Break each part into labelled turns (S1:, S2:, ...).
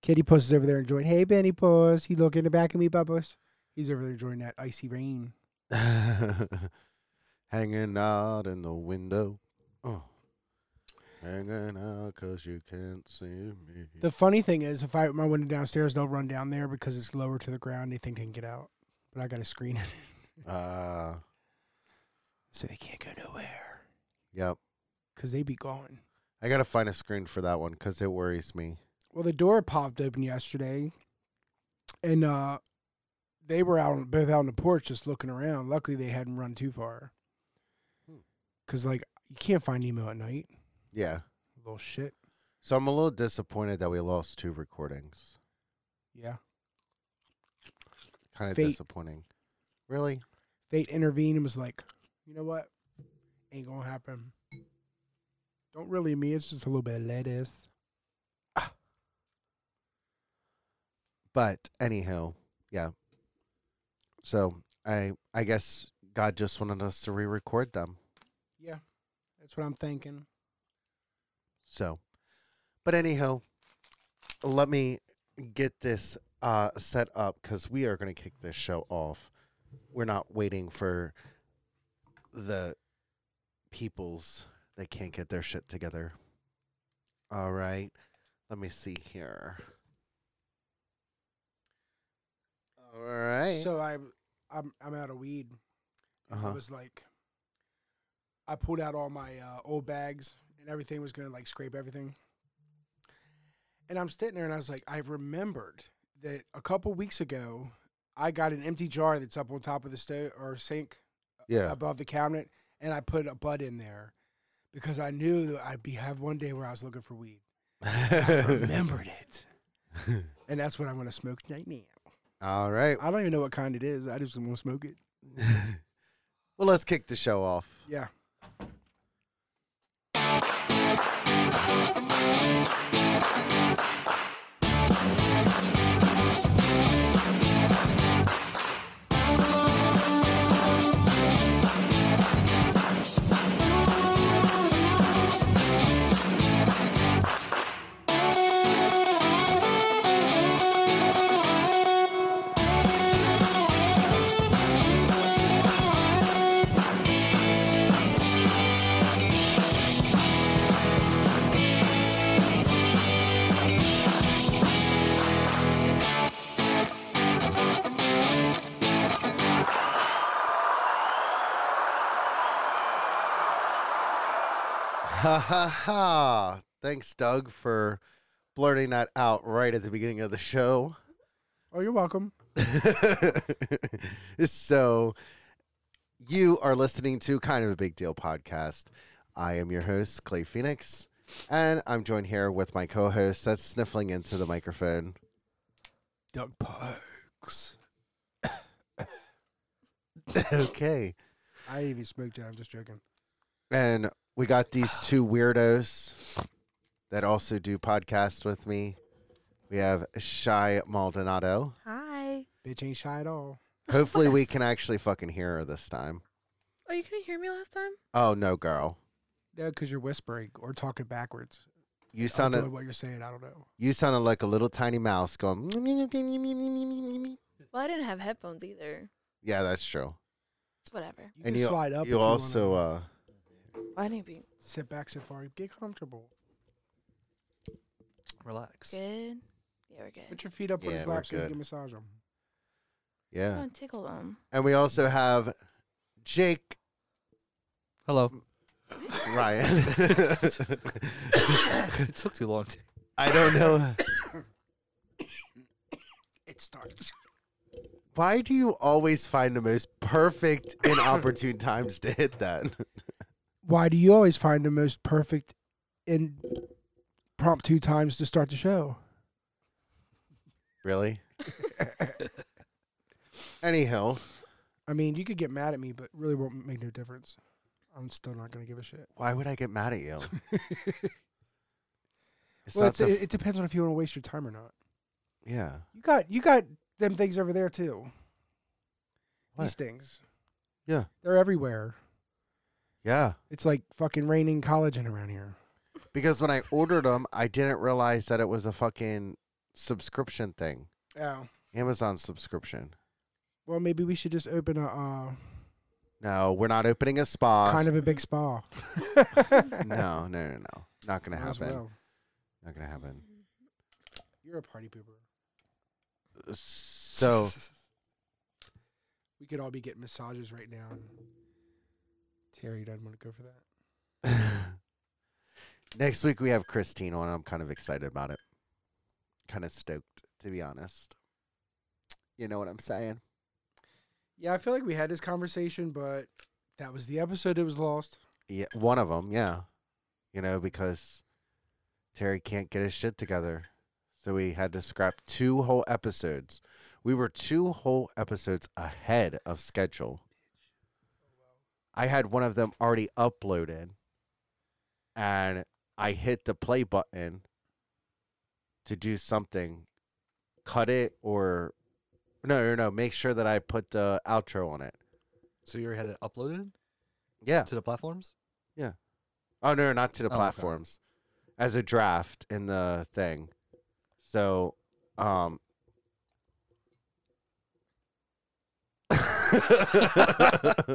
S1: Kitty Puss is over there enjoying. Hey, Benny Puss, you look in the back of me, Bubbles. He's over there enjoying that icy rain.
S2: Hanging out in the window. Oh. Hanging out 'cause you can't see me.
S1: The funny thing is, if I open my window downstairs, they'll run down there because it's lower to the ground. They think they can get out, but I got a screen it,
S2: Ah,
S1: so they can't go nowhere
S2: yep.
S1: because they be gone.
S2: I gotta find a screen for that one 'cause it worries me.
S1: Well, the door popped open yesterday, and uh, they were out on- both out on the porch just looking around. Luckily, they hadn't run too far,
S2: Hmm.
S1: because like you can't find Nemo at night.
S2: Yeah.
S1: Little shit.
S2: So I'm a little disappointed that we lost two recordings.
S1: Yeah.
S2: Kind of
S1: Fate.
S2: disappointing. Really?
S1: Fate intervened and was like, you know what? Ain't gonna happen. Don't really me. It's just a little bit of lettuce.
S2: But anyhow, yeah. So I I guess God just wanted us to re-record them.
S1: Yeah, that's what I'm thinking.
S2: So, but anyhow, let me get this uh, set up because we are going to kick this show off. We're not waiting for the peoples that can't get their shit together. All right, let me see here. All right.
S1: So uh, I, I'm I'm out of weed.
S2: uh-huh.
S1: I was like, I pulled out all my uh, old bags and everything was gonna like scrape everything. And I'm sitting there and I was like, I remembered that a couple weeks ago, I got an empty jar that's up on top of the stove or sink
S2: yeah.
S1: above the cabinet, and I put a bud in there because I knew that I'd be have one day where I was looking for weed. I remembered it, and that's what I'm gonna smoke right now.
S2: All right.
S1: I don't even know what kind it is. I just want to smoke it.
S2: well, let's kick the show off.
S1: Yeah.
S2: Ha ha ha. Thanks, Doug, for blurting that out right at the beginning of the show.
S1: Oh, you're welcome.
S2: so, you are listening to Kind of a Big Deal podcast. I am your host, Clay Phoenix, and I'm joined here with my co host that's sniffling into the microphone.
S1: Doug Parks.
S2: okay.
S1: I didn't even smoke that. I'm just joking.
S2: And we got these two weirdos that also do podcasts with me. We have Shy Maldonado.
S3: Hi.
S1: Bitch ain't shy at all.
S2: Hopefully, we can actually fucking hear her this time.
S3: Oh, you couldn't hear me last time?
S2: Oh no, girl,
S1: No, because you're whispering or talking backwards.
S2: you
S1: I don't know
S2: sounded
S1: what you're saying. I don't know.
S2: you sounded like a little tiny mouse "Mm, going.
S3: Well, I didn't have headphones either.
S2: mm, Yeah, that's true.
S3: Whatever.
S1: You
S2: And
S1: can
S2: you-
S1: slide up. if
S2: You
S1: wanna
S2: also uh,
S3: I need to be
S1: sit back so far. Get comfortable.
S4: Relax.
S3: good. Yeah, we're good.
S1: Put your feet up on
S2: Yeah,
S1: his
S2: we're
S1: lap so you
S2: good.
S1: can massage them.
S3: I'm
S2: yeah,
S3: gonna tickle them.
S2: and we also have Jake
S4: Hello.
S2: Ryan.
S4: it took too long. To-
S2: I don't know
S1: It starts.
S2: why do you always find the most perfect inopportune times to hit that.
S1: Why do you always find the most perfect and prompt two times to start the show?
S2: really? Anyhow,
S1: I mean, you could get mad at me, but really won't make no difference. I'm still not going to give a shit.
S2: why would I get mad at you? It's
S1: well,
S2: not
S1: it's,
S2: so.
S1: it, it depends on if you want to waste your time or not.
S2: yeah.
S1: You got you got them things over there too. These
S2: What?
S1: things.
S2: Yeah.
S1: They're everywhere.
S2: Yeah.
S1: It's like fucking raining collagen around here.
S2: Because when I ordered them, I didn't realize that it was a fucking subscription thing,
S1: Oh.
S2: Amazon subscription.
S1: Well, maybe we should just open a uh,
S2: No, we're not opening a spa.
S1: kind of a big spa.
S2: no, no, no, no. Not gonna
S1: Might as
S2: happen.
S1: well.
S2: Not gonna happen.
S1: You're a party pooper.
S2: So
S1: we could all be getting massages right now. Terry doesn't want to go for that.
S2: next week we have Christine on. I'm kind of excited about it. Kind of stoked, to be honest. You know what I'm saying?
S1: Yeah, I feel like we had this conversation, but that was the episode it was lost.
S2: Yeah, one of them. Yeah, you know because Terry can't get his shit together, so we had to scrap two whole episodes. We were two whole episodes ahead of schedule. I had one of them already uploaded, and I hit the play button to do something, cut it or no, no, no, make sure that I put the outro on it.
S4: So you had it uploaded
S2: Yeah.
S4: to the platforms?
S2: Oh no, not to the
S4: Oh, okay.
S2: platforms. As a draft in the thing. So um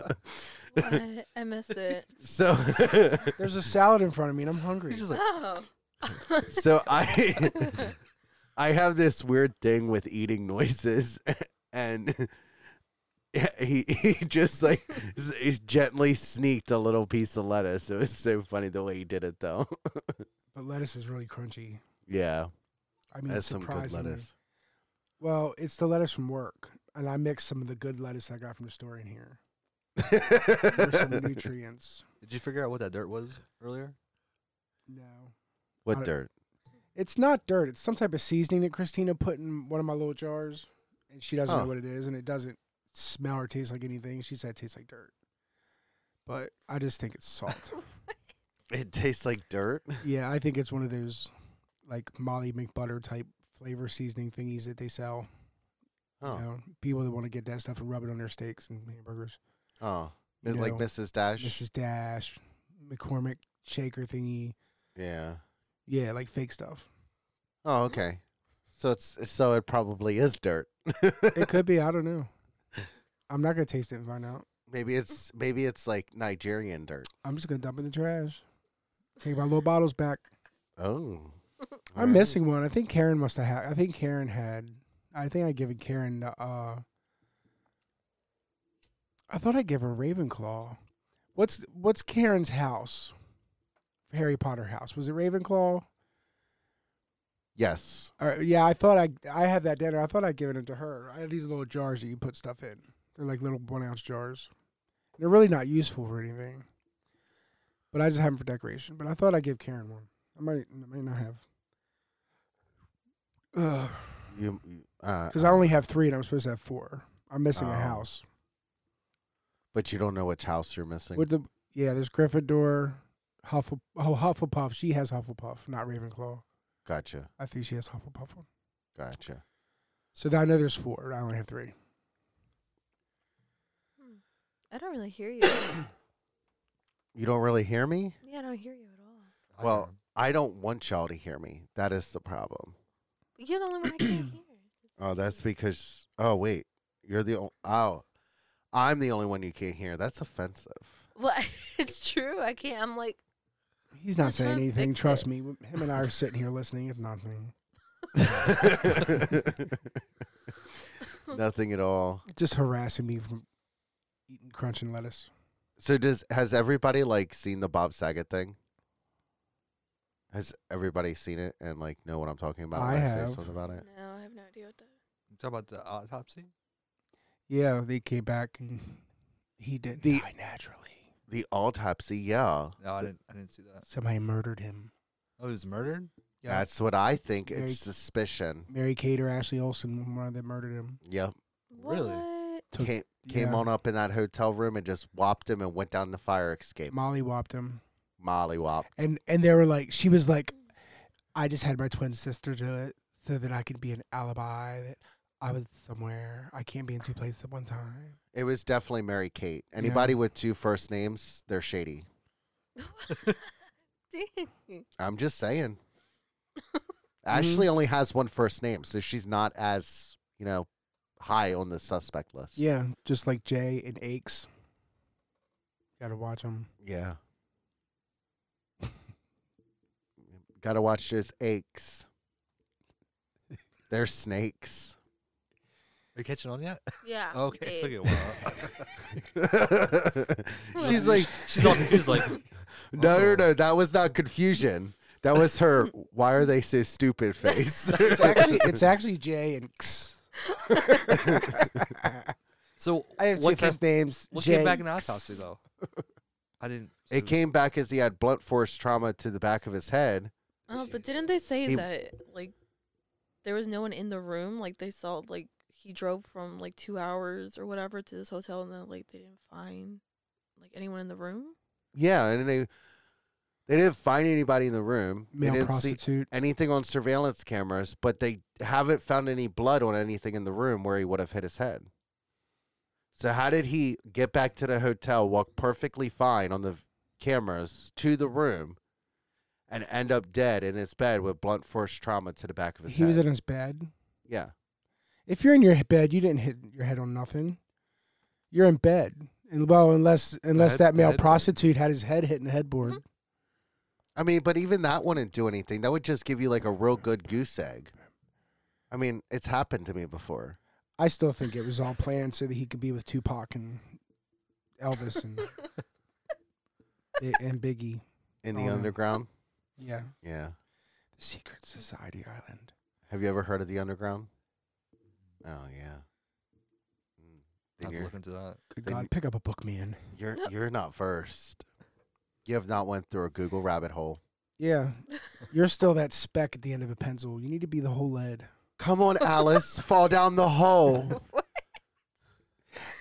S3: What? I missed it.
S2: so
S1: There's a salad in front of me, and I'm hungry.
S4: He's just like,
S3: Oh.
S2: so I I have this weird thing with eating noises and he he just like s- he gently sneaked a little piece of lettuce. It was so funny the way he did it though.
S1: But lettuce is really crunchy.
S2: yeah,
S1: I mean,
S2: that's some good
S1: surprisingly.
S2: lettuce.
S1: Well, it's the lettuce from work, and I mixed some of the good lettuce I got from the store in here for some nutrients.
S4: did you figure out what that dirt was earlier?
S1: No,
S2: what
S1: I-
S2: dirt?
S1: it's not dirt. It's some type of seasoning that Christina put in one of my little jars, and she doesn't
S2: Oh.
S1: know what it is, and it doesn't smell or taste like anything. She said it tastes like dirt, but I just think it's salt.
S2: It tastes like dirt.
S1: Yeah, I think it's one of those like Molly McButter type flavor seasoning thingies that they sell. you
S2: Oh,
S1: know, people that want to get that stuff and rub it on their steaks and hamburgers.
S2: oh,
S1: you
S2: It's like
S1: know,
S2: Mrs. Dash.
S1: Mrs. Dash, McCormick shaker thingy.
S2: Yeah.
S1: Yeah, like fake stuff.
S2: Oh, okay. So it's so it probably is dirt.
S1: It could be. I don't know. I'm not gonna taste it and find out.
S2: maybe it's maybe it's like Nigerian dirt.
S1: I'm just gonna dump it in the trash. Take my little bottles back.
S2: Oh,
S1: I'm missing one. I think Karen must have had. I think Karen had. I think I given Karen. the, Uh, I thought I gave her Ravenclaw. What's What's Karen's house? Harry Potter house. Was it Ravenclaw?
S2: Yes.
S1: Or, yeah, I thought I I had that dinner. I thought I'd given it to her. I had these little jars that you put stuff in. They're like little one ounce jars. They're really not useful for anything. But I just have them for decoration. But I thought I'd give Karen one. I might I might not have. Ugh.
S2: You. uh, Because
S1: Because I only have three and I'm supposed to have four. I'm missing
S2: Oh.
S1: a house.
S2: But you don't know which house you're missing.
S1: With the yeah, there's Gryffindor, Huffle oh, Hufflepuff. She has Hufflepuff, not Ravenclaw.
S2: Gotcha.
S1: I think she has Hufflepuff one.
S2: Gotcha.
S1: So I know there's four. I only have three.
S3: I don't really hear you.
S2: You don't really hear me.
S3: yeah, I don't hear you at all.
S4: I
S2: Well,
S4: don't know.
S2: I don't want y'all to hear me. That is the problem.
S3: You're the only one I can't hear.
S2: Oh, that's
S3: weird.
S2: because. Oh wait, you're the. o- Oh, I'm the only one you can't hear. That's offensive.
S3: Well, it's true. I can't. I'm like,
S1: He's
S3: I'm
S1: not saying
S3: trying to
S1: anything.
S3: fix
S1: Trust
S3: it.
S1: me. W- Him and I are sitting here listening. It's nothing.
S2: Nothing at all.
S1: Just harassing me from eating crunching lettuce.
S2: So does has everybody like seen the Bob Saget thing? Has everybody seen it and like know what I'm talking about?
S1: I
S2: when
S1: have.
S2: say something about it.
S3: no, I have no idea what that.
S4: you talk about the autopsy.
S1: Yeah, they came back and he didn't
S2: The-
S1: die naturally.
S2: The autopsy, yeah,
S4: No, I didn't. I didn't see that.
S1: Uh, Somebody murdered him.
S4: Oh, he was murdered.
S1: Yeah.
S2: that's what I think.
S1: Very-
S2: It's suspicion.
S1: Mary Kate or Ashley Olsen, one that murdered him.
S2: Yep,
S4: Really?
S3: What?
S1: Took-
S2: came came
S1: yeah.
S2: on up in that hotel room and just whopped him and went down the fire escape.
S1: Molly whopped him.
S2: Molly whopped.
S1: And and they were like, she was like, I just had my twin sister do it so that I could be an alibi that I was somewhere. I can't be in two places at one time.
S2: It was definitely Mary Kate. Anybody with two first names, they're shady.
S3: Dang.
S2: I'm just saying.
S1: Mm-hmm.
S2: Ashley only has one first name, so she's not as you know high on the suspect list.
S1: Yeah, just like Jay and Aches. Got to watch them.
S2: Yeah. Gotta watch those aches. They're snakes.
S4: Are you catching on yet?
S3: Yeah.
S4: Okay,
S3: babe.
S4: it took you a while.
S2: She's like,
S4: She's all confused, like,
S2: no, no,
S4: "Uh-oh."
S2: no, that was not confusion. That was her. Why are they so stupid? Face.
S1: It's actually it's actually Jay and X.
S4: So
S1: I have two
S4: what came,
S1: first names.
S4: what
S1: Jay
S4: came back in the
S1: X.
S4: autopsy though? I didn't.
S2: it
S4: so-
S2: came back as he had blunt force trauma to the back of his head.
S3: Oh, but didn't they say
S2: He-
S3: that like there was no one in the room? Like they saw like he drove from like two hours or whatever to this hotel, and then like they didn't find like anyone in the room.
S2: Yeah, and they they didn't find anybody in the room.
S1: Male
S2: they didn't see
S1: prostitute.
S2: anything on surveillance cameras, but they haven't found any blood on anything in the room where he would have hit his head. So how did he get back to the hotel, walk perfectly fine on the cameras to the room, and end up dead in his bed with blunt force trauma to the back of his
S1: He
S2: head?
S1: was in his bed.
S2: yeah,
S1: If you're in your bed, you didn't hit your head on nothing. You're in bed. And well, unless unless
S4: head-
S1: that
S4: the
S1: male
S4: headboard.
S1: prostitute had his head hitting the headboard.
S2: I mean, but even that wouldn't do anything. That would just give you like a real good goose egg. I mean, it's happened to me before.
S1: I still think it was all planned so that he could be with Tupac and Elvis and Bi- and Biggie.
S2: In
S1: Oh,
S2: the
S1: no.
S2: underground,
S1: Yeah,
S2: yeah.
S1: the secret society island.
S2: Have you ever heard of the underground? Oh yeah. Mm. Then
S4: I'll have to
S2: You're,
S4: look into that.
S1: Good
S2: Then-
S1: God, pick up a book, man.
S2: you're
S3: No.
S2: you're not versed. You have not went through a Google rabbit hole.
S1: Yeah, you're still that speck at the end of a pencil. You need to be the whole lead.
S2: Come on, Alice, fall down the hole.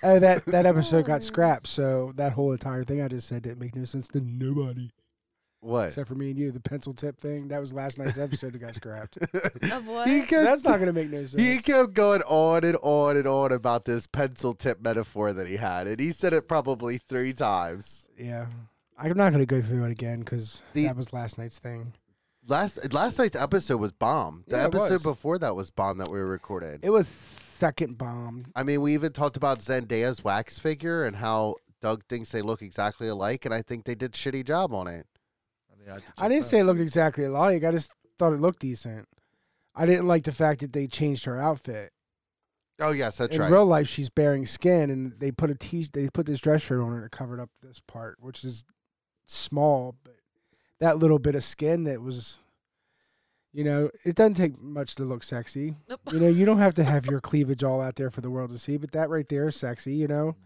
S1: Oh, that that episode
S3: Oh.
S1: got scrapped, so that whole entire thing I just said didn't make no sense to nobody
S2: What?
S1: except for me and you. The pencil tip thing that was last night's episode that got scrapped.
S3: Of what?
S2: He kept,
S1: That's not gonna make no
S2: he
S1: sense.
S2: kept going on and on and on about this pencil tip metaphor that he had, and he said it probably three times.
S1: Yeah, I'm not gonna go through it again because
S2: The-
S1: that was last night's thing.
S2: Last last night's episode was bomb. The
S1: Yeah, it
S2: episode
S1: was.
S2: before that was bomb that we recorded.
S1: It was second bomb.
S2: I mean, we even talked about Zendaya's wax figure and how Doug thinks they look exactly alike, and I think they did shitty job on it.
S4: I, mean, I, have to
S1: I
S4: check
S1: didn't
S4: that.
S1: say it looked exactly alike. I just thought it looked decent. I didn't like the fact that they changed her outfit.
S2: Oh yes, that's
S1: In
S2: right.
S1: real life, she's bearing skin, and they put a t they put this dress shirt on her to cover up this part, which is small, but that little bit of skin that was, you know, it doesn't take much to look sexy.
S3: Nope.
S1: You know, you don't have to have your cleavage all out there for the world to see, but that right there is sexy. You know,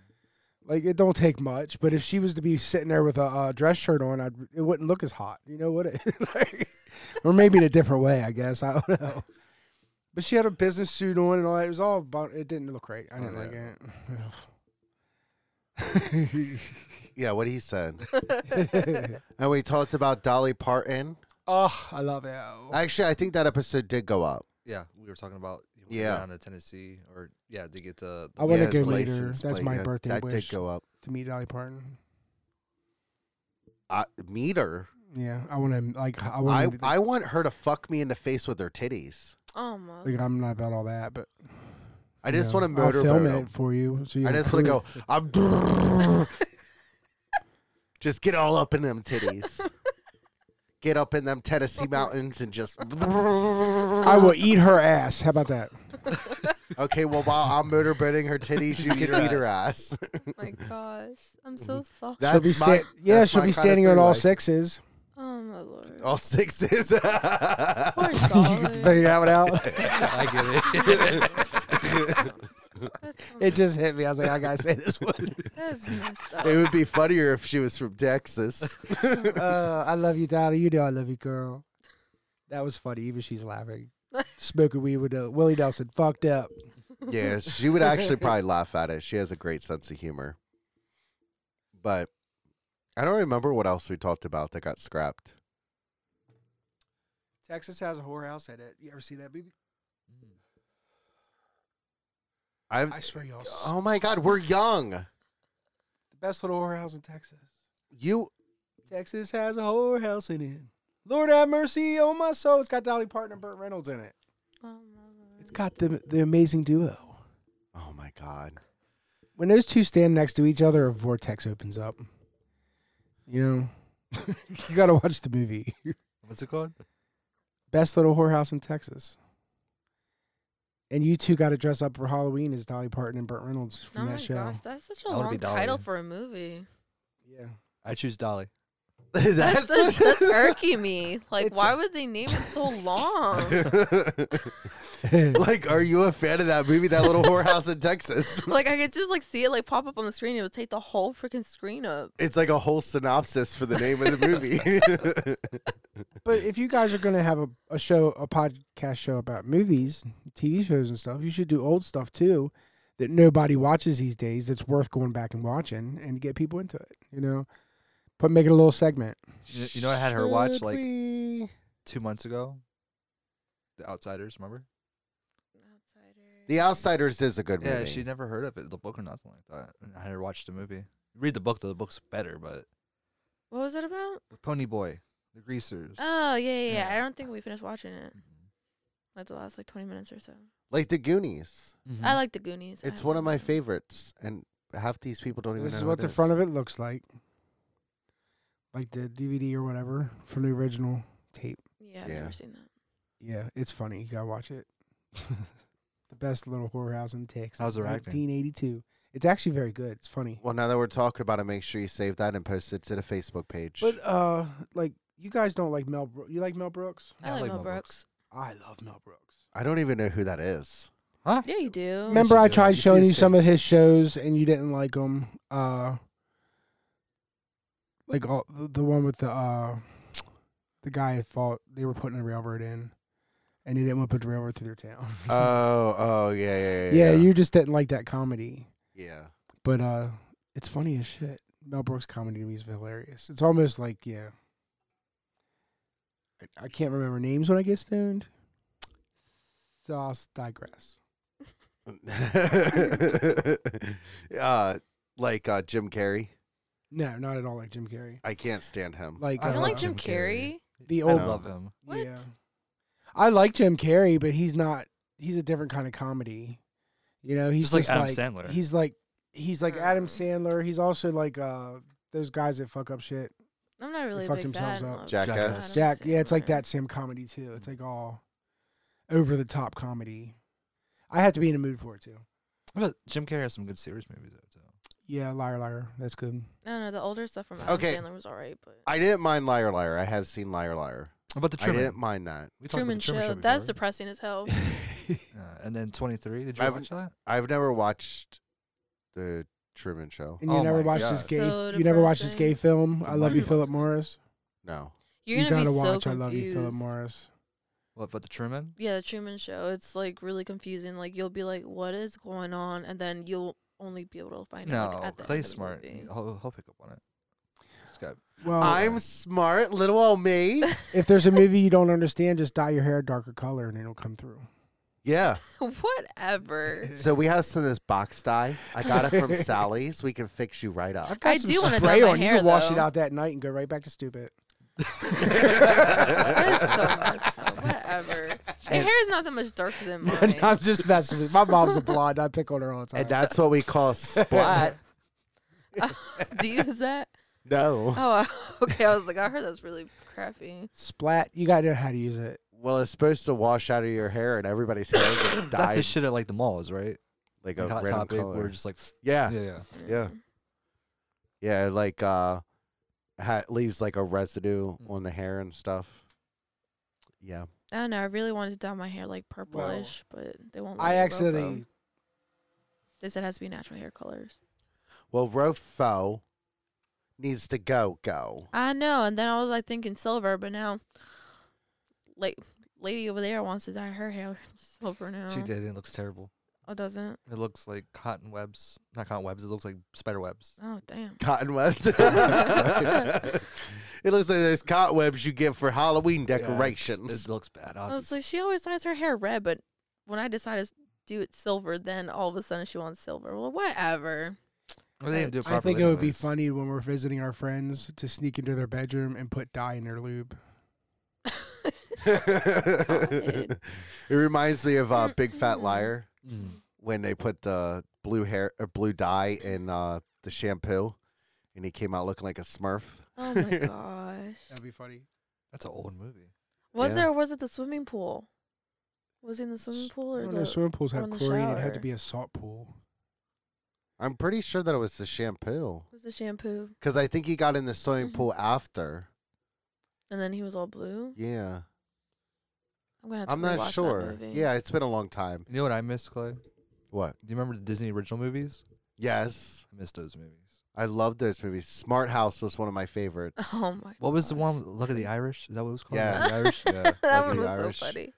S1: like it don't take much. But if she was to be sitting there with a uh, dress shirt on, I'd, it wouldn't look as hot. You know what? It, like, or maybe in a different way, I guess. I don't know. But she had a business suit on and all that. It was all about. It didn't look right. I
S4: Oh,
S1: didn't
S4: yeah.
S1: like
S2: yeah, what he said.
S1: it.
S2: and we talked about Dolly Parton.
S1: oh, I love it.
S2: Actually, I think that episode did go up.
S4: Yeah, we were talking about you know,
S2: Yeah.
S4: down to Tennessee or yeah to get to.
S1: I wanna
S2: Yes,
S1: go
S2: Blaze
S1: later.
S2: and
S1: That's my
S2: Blaze.
S1: birthday
S2: That
S1: wish.
S2: did go up.
S1: to meet Dolly Parton.
S2: I, meet her.
S1: Yeah, I want to like. I
S2: I,
S1: want.
S2: I want her to fuck me in the face with her titties.
S3: oh my.
S1: Like, I'm not about all that, but
S2: I
S1: you
S2: just
S1: know,
S2: want to motorboat
S1: I'll film
S2: him.
S1: it for you. So you
S2: I
S1: have
S2: just want to
S1: proof.
S2: go. I'm just get all up in them titties. get up in them Tennessee mountains and just.
S1: I will eat her ass. How about that?
S2: Okay, well while I'm motorboating her titties, you can eat her ass.
S3: my gosh. I'm so
S1: Mhm.
S3: sorry.
S2: That's
S1: she'll be
S2: my-
S1: sta- yeah,
S2: that's
S1: she'll
S2: my
S1: be
S2: kinda
S1: standing on
S2: thing,
S1: all
S2: like,
S1: sixes.
S3: Oh my lord.
S2: All sixes.
S3: Poor
S1: you
S3: Dolly.
S1: figured that one out.
S4: I get it.
S3: That's so
S1: It just hit me. I was like, I gotta say this one.
S3: messed- That's messed
S2: it
S3: up.
S2: would be funnier if she was from Texas.
S1: uh, I love you, Dolly. You know I love you, girl. That was funny. Even she's laughing. Smoking weed with uh, Willie Nelson. Fucked up.
S2: yeah, she would actually probably laugh at it. She has a great sense of humor. But I don't remember what else we talked about that got scrapped.
S1: Texas has a whorehouse at it. You ever see that movie?
S2: I've,
S1: I swear, y'all. s-
S2: oh my God, we're young.
S1: the best little whorehouse in Texas.
S2: You
S1: Texas has a whorehouse in it. Lord have mercy, oh my soul. It's got Dolly Parton and Burt Reynolds in it.
S3: Oh, my
S1: It's got the the amazing duo.
S2: Oh my god.
S1: When those two stand next to each other, a vortex opens up. You know, you got to watch the movie.
S4: What's it called?
S1: Best little whorehouse in Texas. And you two got to dress up for Halloween as Dolly Parton and Burt Reynolds
S3: Oh
S1: from
S3: my
S1: that show.
S3: gosh, that's such a
S4: I wanna be
S3: long title
S4: Dolly.
S3: for a movie.
S1: Yeah.
S4: I choose Dolly.
S3: That's that's, that's irking me. Like,
S1: It's-
S3: why would they name it so long?
S2: like, are you a fan of that movie, That Little Whorehouse in Texas?
S3: like, I could just like see it like pop up on the screen. It would take the whole freaking screen up.
S2: It's like a whole synopsis for the name of the movie.
S1: But if you guys are going to have a, a show, a podcast show about movies, TV shows, and stuff, you should do old stuff too that nobody watches these days that's worth going back and watching and get people into it, you know? But make it a little segment.
S4: You know- you know, I had her watch,
S2: Should
S4: like-
S2: we?
S4: Two months ago, The Outsiders. Remember?
S2: The Outsiders is a good movie.
S4: Yeah, she never heard of it, the book or nothing like that. And I had her watch the movie. Read the book though; the book's better. But
S3: What was it about?
S4: the Pony Boy, the Greasers.
S3: Oh yeah, yeah, yeah.
S4: Yeah.
S3: I don't think we finished watching it. Like the last like twenty minutes or so.
S2: like the Goonies.
S4: Mhm.
S3: I like the Goonies. I
S2: Mm-hmm. It's
S3: haven't
S2: one of my
S3: watched it.
S2: favorites, and half these people don't even
S1: This
S2: know.
S1: is
S2: who
S1: what
S2: it
S1: the front of it looks like like the DVD or whatever from the original tape.
S3: Yeah, I've
S2: Yeah.
S3: never seen that.
S1: Yeah, it's funny. You gotta watch it. the best little horror house in Texas.
S4: How's her acting?
S1: 1982. It's actually very good. It's funny.
S2: Well, now that we're talking about it, make sure you save that and post it to the Facebook page.
S1: But uh, like you guys don't like Mel. Bro- you like Mel Brooks?
S4: Yeah,
S3: I like Mel Brooks.
S1: I love Mel Brooks.
S2: I don't even know who that is.
S4: Huh?
S3: Yeah, you do.
S1: Remember, I
S4: do.
S1: tried
S4: You see
S1: showing
S4: his
S1: you some of
S4: face.
S1: his shows and you didn't like them. Uh, like all the the one with the uh, the guy at fault. They were putting a railroad in, and they didn't want to put the railroad through their town.
S2: Oh, oh, yeah, yeah, yeah.
S1: yeah, you just didn't like that comedy.
S2: Yeah.
S1: But uh it's funny as shit. Mel Brooks comedy to me is hilarious. It's almost like yeah. I, I can't remember names when I get stoned. So I'll s- digress.
S2: uh, like uh, Jim Carrey.
S1: No, not at all like Jim Carrey.
S2: I can't stand him.
S1: Like
S4: I
S3: You don't
S1: uh,
S3: like
S4: love
S3: Jim
S4: Jim
S3: Carrey?
S4: Carrey.
S1: the
S2: I
S1: old
S2: know.
S4: I love him.
S3: What?
S1: Yeah. I like Jim Carrey, but he's not he's a different kind of comedy. You know, he's
S4: Just like
S1: just
S4: Adam
S1: like
S4: Sandler.
S1: He's like he's like Adam
S3: Mm.
S1: Sandler. He's also like uh those guys that fuck up shit.
S3: I'm not really a
S1: fucked
S3: big
S1: themselves
S3: fan.
S1: up.
S3: of
S2: Jackass.
S3: Adam
S1: Jack, yeah, it's like
S3: Sandler.
S1: that same comedy too. It's like all over the top comedy. I have to be in the mood for it too.
S4: But Jim Carrey has some good serious movies though. Too.
S1: Yeah, liar, liar. That's good.
S3: I don't know. The older stuff from Adam
S2: Okay.
S3: Sandler was alright, but
S2: I didn't mind Liar Liar. I have seen Liar Liar.
S4: How about the
S2: I
S4: Truman?
S2: didn't mind that.
S4: We talked about
S3: Truman,
S4: the Truman
S3: Show.
S4: Show.
S3: that's
S4: before.
S3: depressing as hell.
S4: Yeah, Uh, and then 23. Did you
S2: I've-
S4: watch that?
S2: I've never watched the Truman Show.
S1: And you
S4: Oh
S1: never
S4: my
S1: watched this
S4: God.
S1: gay.
S3: So
S1: you never watched this gay
S3: depressing.
S1: film.
S4: It's a
S1: I love you,
S4: mind
S1: Philip
S4: fuck.
S1: Morris.
S2: No.
S3: You're
S1: you
S3: gonna
S1: gotta
S3: be so
S1: watch.
S3: confused.
S1: I love you, Philip Morris.
S4: What? But the Truman?
S3: Yeah, the Truman Show. It's like really confusing. Like you'll be like, "What is going on?" and then you'll only be able to find out.
S4: No,
S3: like, at the end
S4: Clay's
S3: of the
S4: smart.
S3: movie.
S4: He'll, he'll pick up on it. It's got-
S1: Well,
S2: I'm smart, little old me.
S1: if there's a movie you don't understand, just dye your hair a darker color and it'll come through.
S2: yeah.
S3: Whatever.
S2: So we have some of this box dye. I got it from Sally's. We can fix you right up.
S3: I do wanna dye
S1: spray
S3: my
S1: on. You
S3: hair,
S1: can wash it
S3: though.
S1: out that night and go right back to stupid.
S3: That is so messed up. Whatever. Your hair is not that much darker than mine.
S1: I'm just messing with. My mom's a blonde. I pick on her all the time.
S2: And that's what we call splat.
S3: do you use that?
S2: no.
S3: Oh, I- okay. I was like, I heard that's really crappy.
S1: Splat. You gotta know how to use it.
S2: Well, it's supposed to wash out of your hair, and everybody's hair gets
S4: That's
S2: dyed
S4: the shit at like the malls, right?
S2: like a
S4: Like Hot
S2: random
S4: Topic.
S2: color.
S4: We're just like, s-
S2: yeah,
S4: yeah, yeah.
S2: Yeah.
S3: Mm.
S2: yeah, like uh, ha- leaves like a residue
S4: Mm.
S2: on the hair and stuff. Yeah,
S3: I don't know. I really wanted to dye my hair like purplish, but they won't. Let
S1: I
S3: me, Rofo.
S1: accidentally.
S3: They said it has to be natural hair colors.
S2: well, Rofo needs to go go.
S3: I know, and then I was like thinking silver, but now, like, lady over there wants to dye her hair silver now.
S4: She did. and It looks terrible.
S3: Oh, doesn't?
S4: It looks like cotton webs. Not cotton webs. It looks like spider webs.
S3: Oh, damn.
S2: Cotton webs.
S4: I'm
S2: it looks like those cobwebs you get for Halloween
S4: Yeah, it's-
S2: decorations.
S4: it looks bad. I'll
S3: I was
S4: just-
S3: like, Oh, she always dyes her hair red, but when I decided to do it silver, then all of a sudden she wants silver. Well, whatever.
S4: Well, they didn't do it
S1: I
S4: properly
S1: think it would be
S4: anyways.
S1: funny when we're visiting our friends to sneak into their bedroom and put dye in their lube.
S2: it reminds me of uh,
S4: Mm,
S2: Big Fat
S3: Mhm.
S2: Liar when they put the blue hair or blue dye in uh, the shampoo, and he came out looking like a Smurf.
S3: Oh my gosh.
S1: That'd be funny.
S4: That's an old movie.
S3: Was
S2: Yeah.
S3: there or was it the swimming pool? Was he in the swimming pool or
S1: Well,
S3: the
S1: no, swimming pools
S3: or
S1: have
S3: in the
S1: chlorine. It'd have
S3: shower.
S1: to be a salt pool.
S2: I'm pretty sure that it was the shampoo
S3: was the shampoo?
S2: because I think he got in the swimming
S3: Mhm.
S2: pool after.
S3: And then he was all blue.
S2: Yeah,
S3: I'm gonna have to
S2: I'm not
S3: rewatch that
S2: sure.
S3: movie.
S2: Yeah, it's been a long time.
S4: You know what I missed, Clay?
S2: What?
S4: Do you remember the Disney original movies?
S2: Yes,
S4: I missed those movies.
S2: I love those movies. Smart House was one of my favorites.
S3: Oh my.
S4: What was the
S3: gosh.
S4: one? Look at the Irish. Is that what it was called?
S2: Yeah.
S4: The Irish. uh, Yeah.
S3: that
S2: Lucky
S3: one
S2: the
S3: was
S2: Irish.
S3: so funny.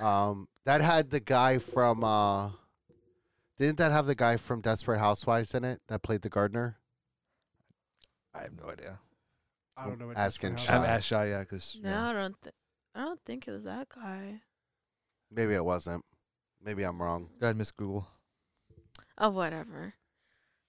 S2: Um, that had the guy from. Uh, didn't that have the guy from Desperate Housewives in it that played the gardener?
S4: I have no idea.
S1: I
S2: Oh,
S1: don't know. What
S2: ask
S1: different
S2: and
S1: house-
S2: Shy.
S4: I'm asked shy, yeah, because
S3: No, I don't. Th- I don't think it was that guy.
S2: Maybe it wasn't. Maybe I'm wrong.
S4: Go ahead, Miss Google.
S3: Oh, whatever.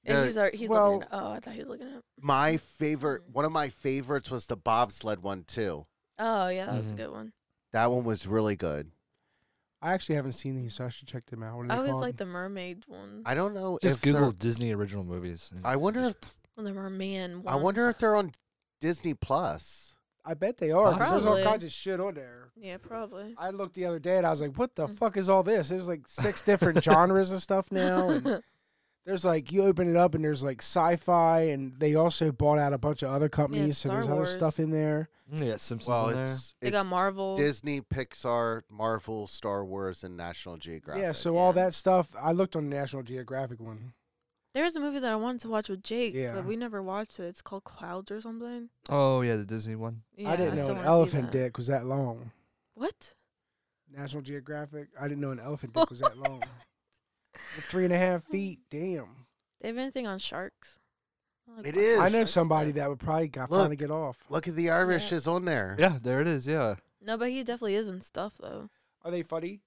S3: And
S2: Yeah,
S3: he's already, he's
S2: well-
S3: looking. At, oh, I thought he was looking at.
S2: My favorite, one of my favorites was the bobsled one too.
S3: Oh yeah, that
S1: Mm-hmm.
S3: was a
S4: Mhm.
S3: good one.
S2: That one was really good.
S3: Mm-hmm.
S1: I actually haven't seen these, so I should check them out. What are they
S3: I always
S1: called?
S3: like the mermaid one.
S2: I don't know
S4: Just
S2: if they're-
S4: Google Disney original movies. and
S2: I wonder
S4: just-
S3: Well, the merman one.
S2: I wonder if they're on Disney Plus.
S1: I bet they are. 'cause There's all
S3: Possibly.
S1: kinds of shit on there.
S3: Yeah, probably.
S1: I looked the other day and I was like, "What the
S3: Mm.
S1: fuck is all this?" There's like six different genres of stuff now. And there's like you open it up and there's like sci-fi, and they also bought out a bunch of other companies, so
S3: Star
S1: there's
S3: Wars.
S1: other stuff in there.
S4: Mm, yeah, Simpsons.
S2: Well,
S4: in there.
S2: it's,
S3: they
S2: it's
S3: got Marvel.
S2: Disney, Pixar, Marvel, Star Wars, and National Geographic.
S1: Yeah, so all
S3: Yeah.
S1: that stuff. I looked on the National Geographic one.
S3: There was a movie that I wanted to watch with Jake,
S1: Yeah.
S3: but we never watched it. It's called Clouds or something.
S4: Oh yeah, the Disney one.
S3: Yeah,
S1: I didn't know
S3: still
S1: an
S3: wanna see
S1: elephant
S3: that.
S1: dick was that long.
S3: What?
S1: National Geographic. I didn't know an elephant dick was that long. Three and a half feet. Damn.
S3: They have anything on sharks? I like
S2: It
S3: black
S2: is.
S1: I know
S3: sharks,
S1: somebody
S3: though.
S1: that would probably got
S2: Look.
S1: finally get off.
S2: Look at the Irish is on there.
S4: Yeah, there it is. Yeah.
S3: No, but he definitely is in stuff though.
S1: Are they funny?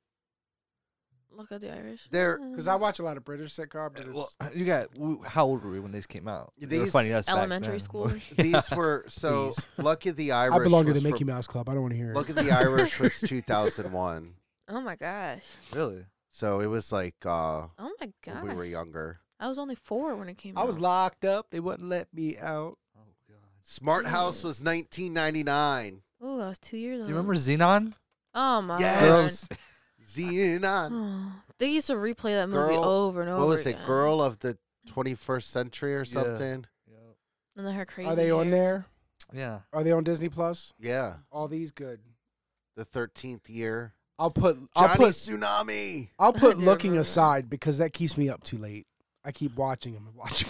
S3: Look at the Irish. Uh,
S2: They're-
S1: Because I watch a lot of British sitcoms.
S4: Uh,
S1: and
S4: Well,
S1: it's-
S4: you got. w- How old were we when these came out? They were
S2: These-
S4: funny to us back
S3: Elementary
S4: then.
S3: school.
S2: These were so
S1: Please.
S2: Lucky the Irish.
S1: I belong to the
S2: was
S1: Mickey
S2: from-
S1: Mouse Club. I don't want to hear it.
S2: Look at the Irish was 2001.
S3: Oh my gosh.
S4: really?
S2: So it was like uh,
S3: Oh my
S2: when we were
S3: gosh.
S2: younger.
S3: I was only four when it came out.
S1: locked up. They wouldn't let me out.
S4: Oh god.
S2: Smart House
S3: Ew.
S2: was 1999.
S3: Ooh, I was two years
S4: Do
S3: old.
S4: you remember Xenon?
S3: Oh my
S2: Yes.
S3: god.
S4: Girls.
S2: Xenon.
S3: Oh, they used to replay that movie
S2: Girl-
S3: over and over.
S2: What was it?
S3: again.
S2: Girl of the 21st century or
S4: Yeah.
S2: something?
S3: And then her crazy.
S1: Are they on
S3: hair.
S1: there?
S4: Yeah.
S1: Are they on Disney Plus?
S2: Yeah.
S1: All these good.
S2: The 13th year.
S1: I'll put. I'll
S2: Johnny
S1: put.
S2: Tsunami.
S1: I'll
S3: I
S1: put
S3: do
S1: looking
S3: remember that.
S1: aside because that keeps me up too late. I keep watching them and watching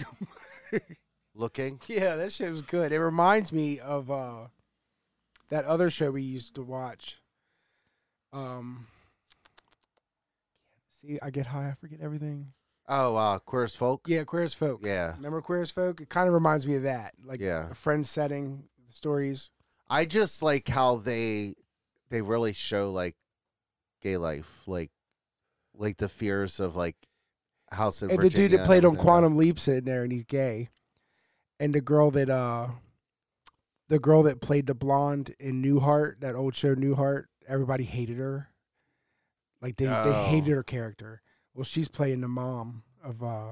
S1: them.
S2: Looking.
S1: yeah, that shit was good. It reminds me of uh, that other show we used to watch. Um, see, I get high. I forget everything.
S2: Oh, uh, Queer as Folk?
S1: Yeah, Queer as Folk.
S2: Yeah.
S1: Remember Queer as Folk? It kind of reminds me of that. Like
S2: Yeah.
S1: a friend setting, stories.
S2: I just like how they they really show like gay life, like like the fears of like House in
S1: And the
S2: Virginia.
S1: dude that played on
S2: everything.
S1: Quantum Leap's in there, and he's gay. And the girl that uh, the girl that played the blonde in Newhart, that old show Newhart, everybody hated her. Like they, they
S2: Oh.
S1: hated her character. Well, she's playing the mom of uh,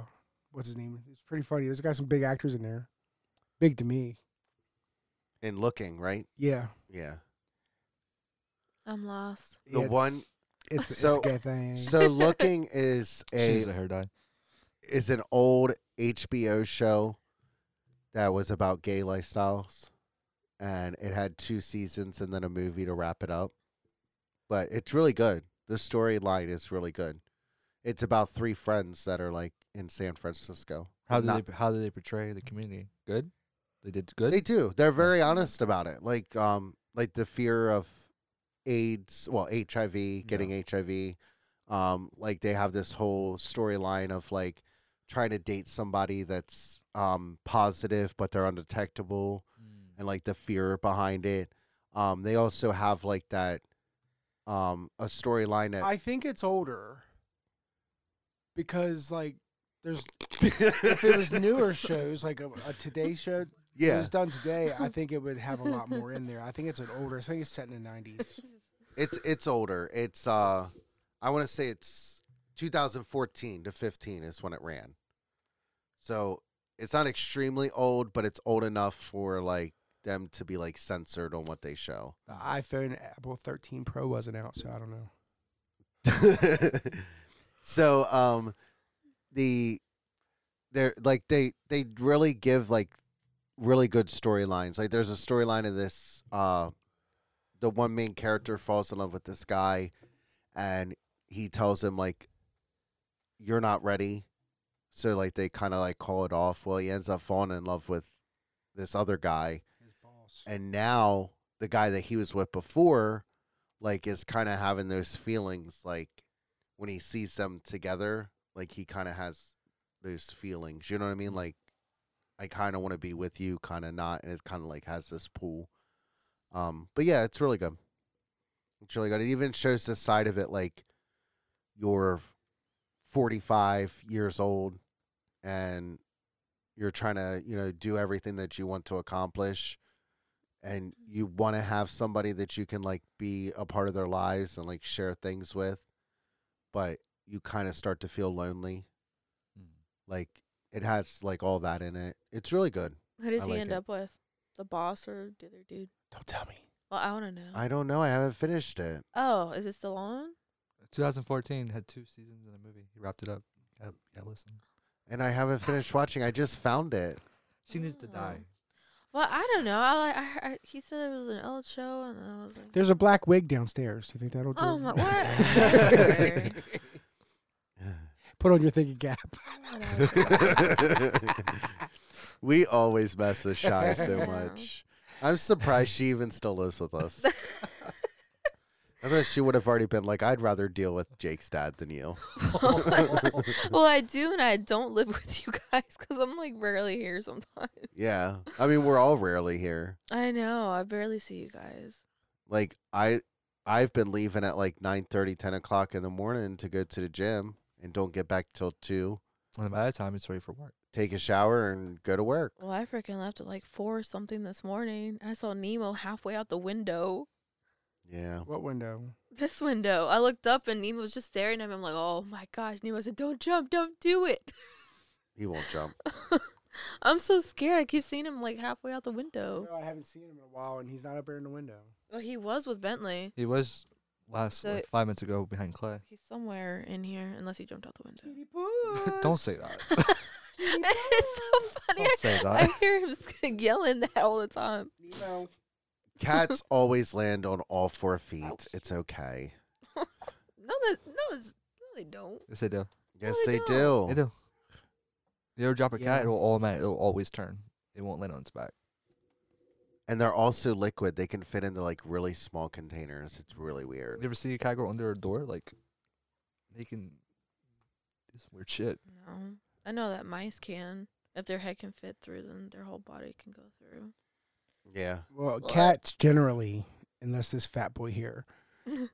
S1: what's his name? It's pretty funny. There's got some big actors in there, big to me.
S2: and looking right.
S1: Yeah,
S2: Yeah.
S3: I'm lost.
S2: The
S1: Yeah,
S2: one.
S1: it's,
S2: so-
S1: it's a gay thing.
S2: So looking is a
S4: She's a hair dye.
S2: is an old HBO show that was about gay lifestyles, and it had two seasons and then a movie to wrap it up. But it's really good. The storyline is really good. It's about three friends that are like in San Francisco.
S4: How did
S2: Not-
S4: they how did they portray the community? Good. They did good.
S2: They do. They're very honest about it. Like um like the fear of AIDS, well, HIV, getting HIV. Um like they have this whole storyline of like trying to date somebody that's um positive but they're undetectable
S4: Mm.
S2: and like the fear behind it. Um they also have like that um a storyline that
S1: I think it's older because like there's if it was newer shows like a, a Today show, if it
S2: Yeah.
S1: was done today, I think it would have a lot more in there. I think it's an older. I think it's set in the '90s.
S2: It's it's older. It's uh, I want to say it's 2014 to 15 is when it ran. So it's not extremely old, but it's old enough for like them to be like censored on what they show.
S1: The iPhone Apple 13 Pro wasn't out, so I don't know.
S2: so um, the they're like they they really give like really good storylines. Like there's a storyline of this uh the one main character falls in love with this guy and he tells him like you're not ready. So like they kind of like call it off. Well, he ends up falling in love with this other guy
S1: His balls.
S2: and now the guy that he was with before like is kind of having those feelings like when he sees them together like he kind of has those feelings you know what i mean like i kind of want to be with you kind of not and it kind of like has this pull um but yeah it's really good it's really good it even shows the side of it like you're 45 years old and you're trying to you know do everything that you want to accomplish and you want to have somebody that you can like be a part of their lives and like share things with but you kind of start to feel lonely Mm. like it has like all that in it it's really good
S3: Who does
S2: I
S3: he
S2: like
S3: end
S2: it.
S3: up with? The boss or the other dude?
S1: Don't tell me.
S3: Well, I want to know.
S2: i don't know i haven't finished it
S3: oh, is it still on?
S4: 2014 had two seasons in a movie. He wrapped it up. Yeah, yeah listen.
S2: and i haven't finished watching i just found it
S4: She needs to
S3: Oh.
S4: die.
S3: Well, I don't know. I, like- I, I he said it was an old show, and I was like,
S1: There's a black wig downstairs. Do you think that'll do?
S3: oh my,
S1: it?
S3: what?
S1: Put on your thinking cap.
S2: we always mess with shy so
S3: Yeah.
S2: much i'm surprised she even still lives with us i thought she would have already been like i'd rather deal with jake's dad than you
S3: "Ah, Whatever. well, I do, and I don't live with you guys because I'm like rarely here sometimes.
S2: Yeah. I mean, we're all rarely here.
S3: I know. I barely see you guys.
S2: Like I I've been leaving at like 9 10 o'clock in the morning to go to the gym and don't get back till two.
S4: And by that time, it's ready for work.
S2: Take a shower and go to work.
S3: Well, I freaking left at like four or something this morning. and I saw Nemo halfway out the window.
S2: Yeah.
S1: what window?
S3: This window. I looked up and Nemo was just staring at me. I'm like, oh my gosh. Nemo said, don't jump, don't do it.
S2: He won't jump.
S3: I'm so scared. I keep seeing him like halfway out the window.
S1: I haven't seen him in a while, and he's not up there in the window.
S3: Well, he was with Bentley.
S4: He was last
S3: So-
S4: like, five minutes ago behind Clay.
S3: He's somewhere in here, unless he jumped out the window.
S4: Don't say that.
S3: it's so funny.
S4: Don't say
S3: I
S4: that.
S3: hear him s- yelling that all the time.
S1: Nemo.
S2: Cats always land on all four feet. It's okay.
S3: No, that, no, it's, no, they don't.
S4: Yes, they do.
S2: Yes,
S3: they
S2: they
S3: don't.
S4: They
S2: do.
S4: do. You ever drop a
S1: Oh. Yeah.
S4: cat, it'll automatic, it'll always turn. It won't land on its back.
S2: And they're also liquid. They can fit into like really small containers. It's really
S4: You
S2: weird.
S4: ever see a cat go under a door? Like, they can do some weird shit.
S3: No, I know that mice can. If their head can fit through, then their whole body can go through.
S2: Yeah.
S1: Well,
S3: What?
S1: cats generally, unless this fat boy here,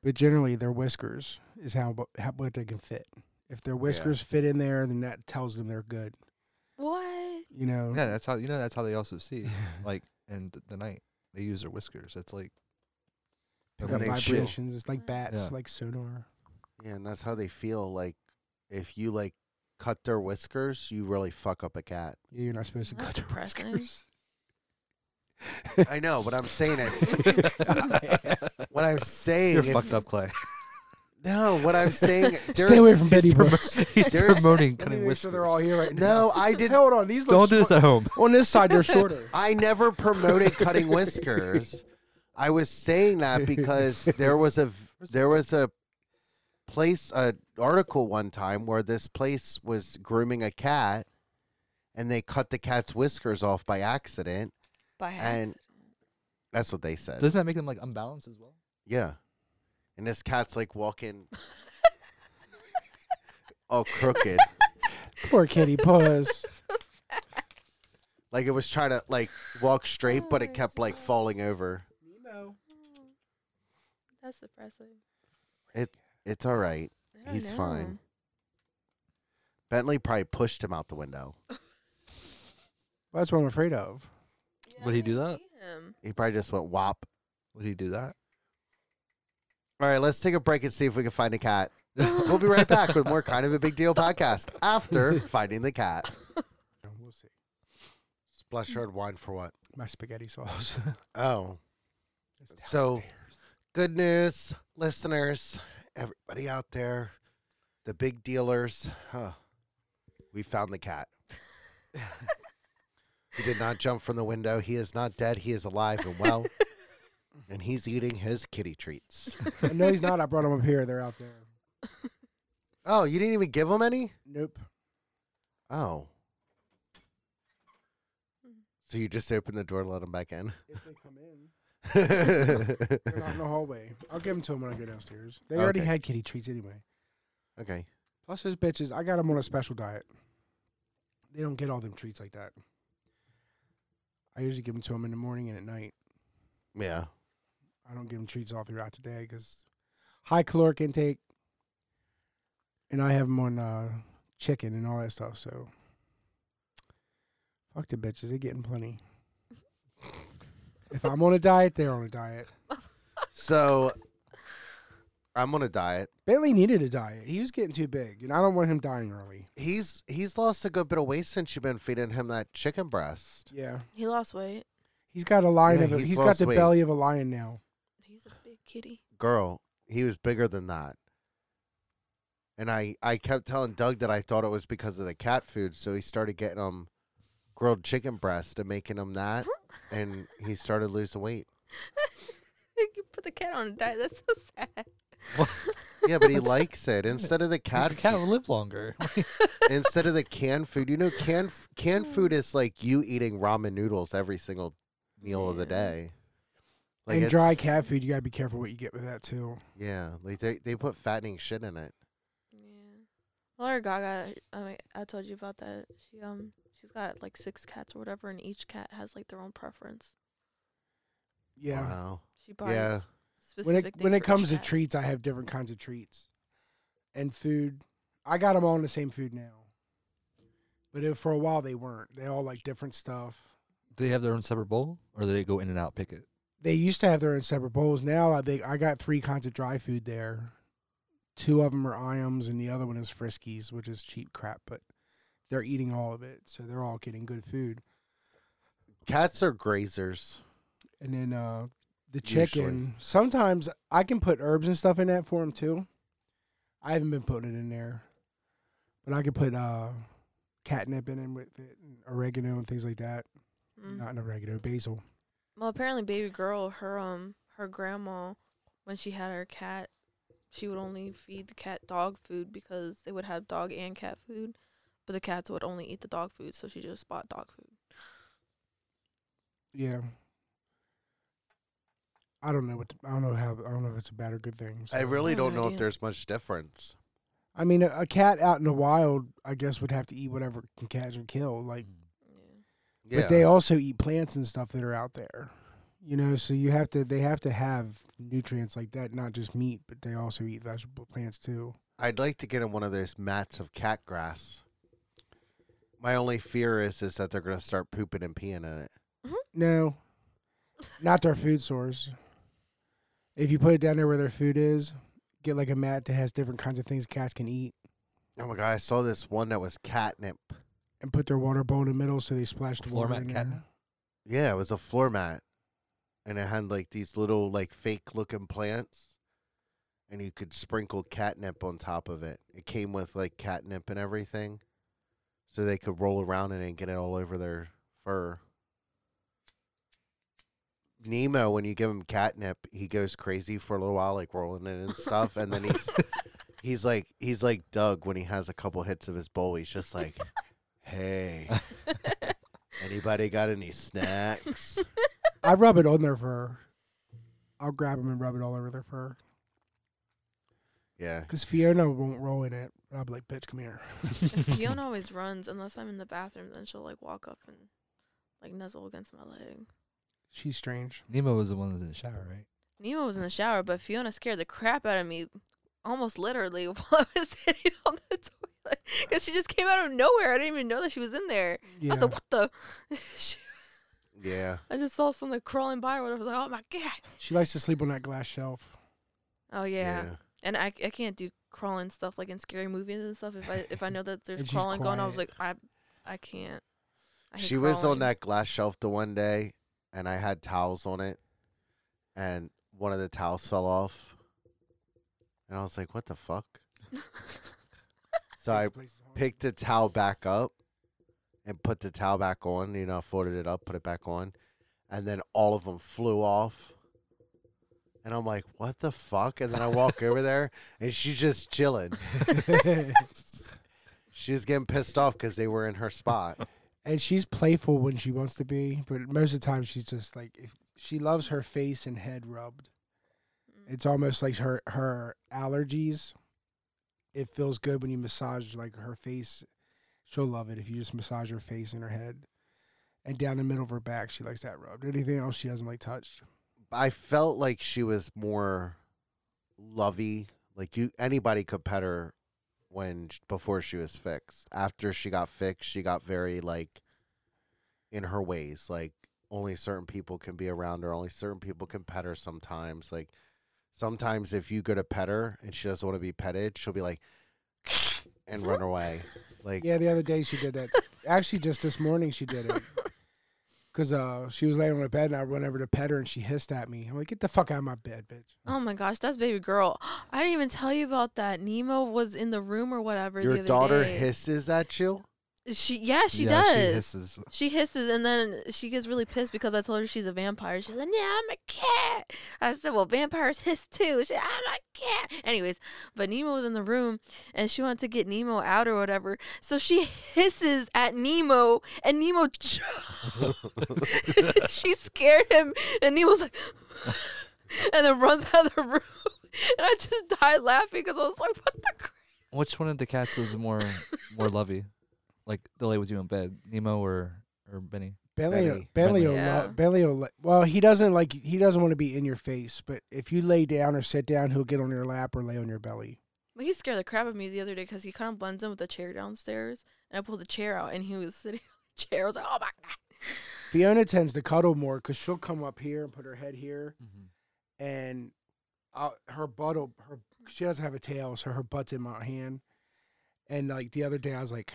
S1: but generally their whiskers is how, bu- how what they can fit. If their whiskers fit in there, then that tells them they're good.
S3: what?
S1: You know.
S4: Yeah, that's how you know. That's how they also see. Like, in th- the night, they use their whiskers. That's like
S1: Pick
S4: when
S1: up
S4: they shit.
S1: vibrations. It's like bats,
S4: Yeah.
S1: like sonar.
S2: Yeah, and that's how they feel. Like if you like cut their whiskers, you really fuck up a cat.
S1: Yeah, You're not supposed to cut
S3: That's
S1: their
S3: depressing.
S1: whiskers.
S2: I know, but I'm saying it. What I'm saying,
S4: You're
S2: if-
S4: fucked up, Clay.
S2: No, what I'm saying. there's-
S1: Stay away from Betty
S4: He's
S1: Brooks.
S4: He's
S2: There's-
S4: promoting
S1: Let me
S4: cutting
S1: make
S4: whiskers.
S1: sure they're all here right now.
S2: No, I didn't.
S1: Hold on, these look
S4: Don't do this
S1: short-
S4: at home.
S1: On this side, they're shorter.
S2: I never promoted cutting whiskers. I was saying that because there was a v- there was a place a article one time where this place was grooming a cat, and they cut the cat's whiskers off by accident.
S3: By
S2: And-
S3: accident.
S2: That's what they said.
S4: Doesn't that make them like unbalanced as well?
S2: Yeah. And this cat's like walking all crooked.
S1: Poor kitty puss.
S3: so sad.
S2: like it was trying to like walk straight, but it kept like falling over.
S3: Oh, That's depressing.
S2: It's all right.
S3: I don't
S2: He's
S3: know.
S2: fine. Bentley probably pushed him out the window.
S1: Well, that's what I'm afraid of.
S3: Yeah,
S4: Would he
S3: I
S4: do
S3: can
S4: that?
S3: see him.
S2: He probably just went whop.
S4: Would he do that?
S2: All right, let's take a break and see if we can find a cat. We'll be right back with more kind of a big deal podcast after finding the cat.
S1: We'll see.
S2: Splashard wine for what?
S1: My spaghetti sauce.
S2: Oh,
S1: It's
S2: So-
S1: downstairs.
S2: good news, listeners, everybody out there, the big dealers. Huh. We found the cat. He did not jump from the window. He is not dead. He is alive and well. and he's eating his kitty treats.
S1: Uh, no, he's not. I brought him up here. They're out there.
S2: Oh, you didn't even give him any?
S1: Nope.
S2: Oh. So you just opened the door to let him back in?
S1: If they come in, they're not in
S2: okay.
S1: the hallway. I'll give them to him when I go downstairs. They already
S2: Okay.
S1: had kitty treats anyway. Plus, his bitches, I got them on a special diet. They don't get all them treats like that. I usually give them to them in the morning and at night.
S2: Yeah.
S1: I don't give them treats all throughout the day because high caloric intake, and I have them on uh, chicken and all that stuff. So fuck the bitches, they're getting plenty. if I'm on a diet, they're on a diet.
S2: So I'm on a diet.
S1: Bentley needed a diet. He was getting too big, and I don't want him dying early.
S2: He's he's lost a good bit of weight since you've been feeding him that chicken breast.
S1: Yeah,
S3: He lost weight.
S1: he's got a lion.
S2: Yeah,
S1: of a,
S2: he's
S1: he's got
S2: lost
S1: the
S2: weight.
S1: belly of a lion now.
S3: He's a big kitty.
S2: Girl, he was bigger than that. And I I kept telling Doug that I thought it was because of the cat food, so he started getting him grilled chicken breast and making him that Uh, and he started losing weight.
S3: you put the cat on a diet. That's so sad.
S4: What?
S2: Yeah, but he likes it. Instead of the cat
S4: the cat will live longer.
S2: instead of the canned food. You know, canned f- canned food is like you eating ramen noodles every single meal of the
S3: Yeah.
S2: day.
S1: and
S2: it's-
S1: dry cat food, you gotta be careful what you get with that too.
S2: Yeah, like they they put fattening shit in it.
S3: Yeah. Well, our Gaga, I mean, I told you about that. She um, she's got like six cats or whatever, and each cat has like their own preference.
S1: Yeah.
S2: Wow.
S3: She buys
S2: Yeah.
S3: specific
S1: when it
S3: things
S1: when
S3: for
S1: it
S3: each
S1: comes to
S3: cat.
S1: treats, I have different kinds of treats, and food. I got them all in the same food now, but if, for a while they weren't. They all like different stuff.
S4: do they have their own separate bowl, or do they go in and out pick it?
S1: They used to have their own separate bowls. Now I think I got three kinds of dry food there. Two of them are Iams, and the other one is Friskies, which is cheap crap, but they're eating all of it, so they're all getting good food.
S2: Cats are grazers.
S1: And then uh, the
S2: Usually.
S1: chicken. Sometimes I can put herbs and stuff in that for them too. I haven't been putting it in there, but I can put uh, catnip in it with it, and oregano and things like that.
S3: Mm.
S1: Not an oregano, basil.
S3: Well, apparently, baby girl, her um, her grandma, when she had her cat, she would only feed the cat dog food because they would have dog and cat food, but the cats would only eat the dog food, so she just bought dog food.
S1: Yeah. I don't know what I don't know how I don't know if it's a bad or good thing.
S2: I
S1: so.
S2: really
S3: have no
S2: don't know if
S3: idea.
S2: there's much difference.
S1: I mean, a, a cat out in the wild, I guess, would have to eat whatever it can catch and kill. Like,
S3: Yeah.
S2: Yeah.
S1: but they also eat plants and stuff that are out there you know so you have to they have to have nutrients like that not just meat but they also eat vegetable plants too
S2: I'd like to get in one of those mats of cat grass. My only fear is is that they're gonna start pooping and peeing in it.
S1: no not their food source if you put it down there where their food is get like a mat that has different kinds of things cats can eat
S2: Oh my god, I saw this one that was catnip.
S1: and put their water bowl in the middle so they splash the
S4: Floor
S1: water
S4: mat
S1: in
S4: catnip?
S1: there.
S2: Yeah, it was a floor mat. And it had like these little like fake looking plants. And you could sprinkle catnip on top of it. It came with like catnip and everything. So they could roll around in it and get it all over their fur. Nemo, when you give him catnip, he goes crazy for a little while, like rolling it and stuff. And then he's he's like he's like Doug when he has a couple hits of his bowl. He's just like, Hey, anybody got any snacks?
S1: i rub it on their fur i'll grab them and rub it all over their fur
S2: Yeah.
S1: because fiona won't roll in it i'll be like bitch come here
S4: Mm.
S3: Fiona always runs unless I'm in the bathroom, then she'll like walk up and like nuzzle against my leg.
S1: she's strange
S4: Nemo was the one that was in the shower, right?
S3: Nemo was in the shower, but Fiona scared the crap out of me, almost literally, while I was sitting on the toilet. Because she just came out of nowhere. I didn't even know that she was in there.
S1: yeah
S3: I was like, what the? She-
S2: Yeah.
S3: I just saw something crawling by or whatever. I was like, oh my God.
S1: she likes to sleep on that glass shelf
S3: Oh yeah. And I, I can't do crawling stuff like in scary movies and stuff. If I if I know that
S1: And
S3: there's
S1: she's
S3: crawling going, I was
S1: quiet.
S3: like I I can't. I hate
S2: She was on
S3: crawling.
S2: that glass shelf the one day, and I had towels on it, and one of the towels fell off, and I was like, "What the fuck?" So I picked the towel back up, and put the towel back on. You know, folded it up, put it back on, and then all of them flew off. And I'm like, "What the fuck?" And then I walk over there, and she's just chilling. She's getting pissed off because they were in her spot.
S1: and she's playful when she wants to be, but most of the time she's just like if she loves her face and head rubbed.
S3: Mm.
S1: It's almost like her her allergies. It feels good when you massage like her face. She'll love it if you just massage her face and her head, and down the middle of her back. She likes that rubbed. Anything else she doesn't like touched.
S2: I felt like she was more lovey. Like you, anybody could pet her when sh- before she was fixed. After she got fixed, she got very like in her ways. Like only certain people can be around her. Only certain people can pet her. Sometimes, like sometimes if you go to pet her and she doesn't want to be petted, she'll be like and run away. Like
S1: Yeah, the other day she did that. Actually, just this morning she did it. Cause uh, she was laying on the bed and I went over to pet her and she hissed at me. I'm like, get the fuck out of my bed, bitch.
S3: Oh my gosh, that's baby girl. I didn't even tell you about that. Nemo was in the room or whatever. the
S2: your
S3: other
S2: daughter
S3: day.
S2: hisses at you.
S3: She yeah, she
S4: yeah,
S3: does.
S4: She hisses.
S3: She hisses and then she gets really pissed because I told her she's a vampire. She's like, "No, I'm a cat." I said, "Well, vampires hiss too." She said, "I'm a cat." Anyways, but Nemo was in the room and she wanted to get Nemo out or whatever, so she hisses at Nemo and Nemo. j- she scared him and Nemo's like, and then runs out of the room. And I just died laughing because I was like, "What the crap?"
S4: Which one of the cats is more more lovey? Like they'll lay with you in bed, Nemo or or Benny?
S1: Bentley,
S2: Bentley.
S1: Bentley,
S4: Bentley.
S1: will lo-
S3: Yeah.
S1: Bentley will li- well, he doesn't like he doesn't want to be in your face, but if you lay down or sit down, he'll get on your lap or lay on your belly.
S3: But he scared the crap out of me the other day because he kind of blends in with the chair downstairs, and I pulled the chair out, and he was sitting on the chair. I was like, "Oh my god!"
S1: Fiona tends to cuddle more because she'll come up here and put her head here,
S4: Mm-hmm.
S1: and i her butt, will- her she doesn't have a tail, so her butt's in my hand. And like the other day, I was like,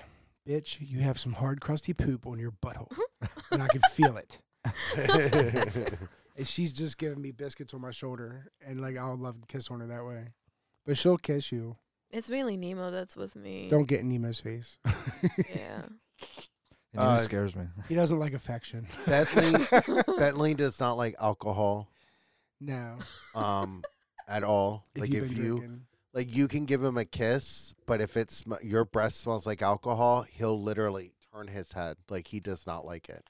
S1: "Bitch, you have some hard crusty poop on your butthole," and I can feel it. And she's just giving me biscuits on my shoulder, and like I'll love to kiss on her that way, but she'll kiss you.
S3: It's mainly Nemo that's with me.
S1: Don't get in Nemo's face.
S3: Yeah.
S2: Uh,
S4: Nemo scares me.
S1: He doesn't like affection.
S2: Bentley Bentley does not like alcohol
S1: no.
S2: um at all. like
S1: you've
S2: if
S1: been
S2: you
S1: drinking.
S2: like you can give him a kiss, but if it's sm- your breath smells like alcohol, he'll literally turn his head. Like he does not like it.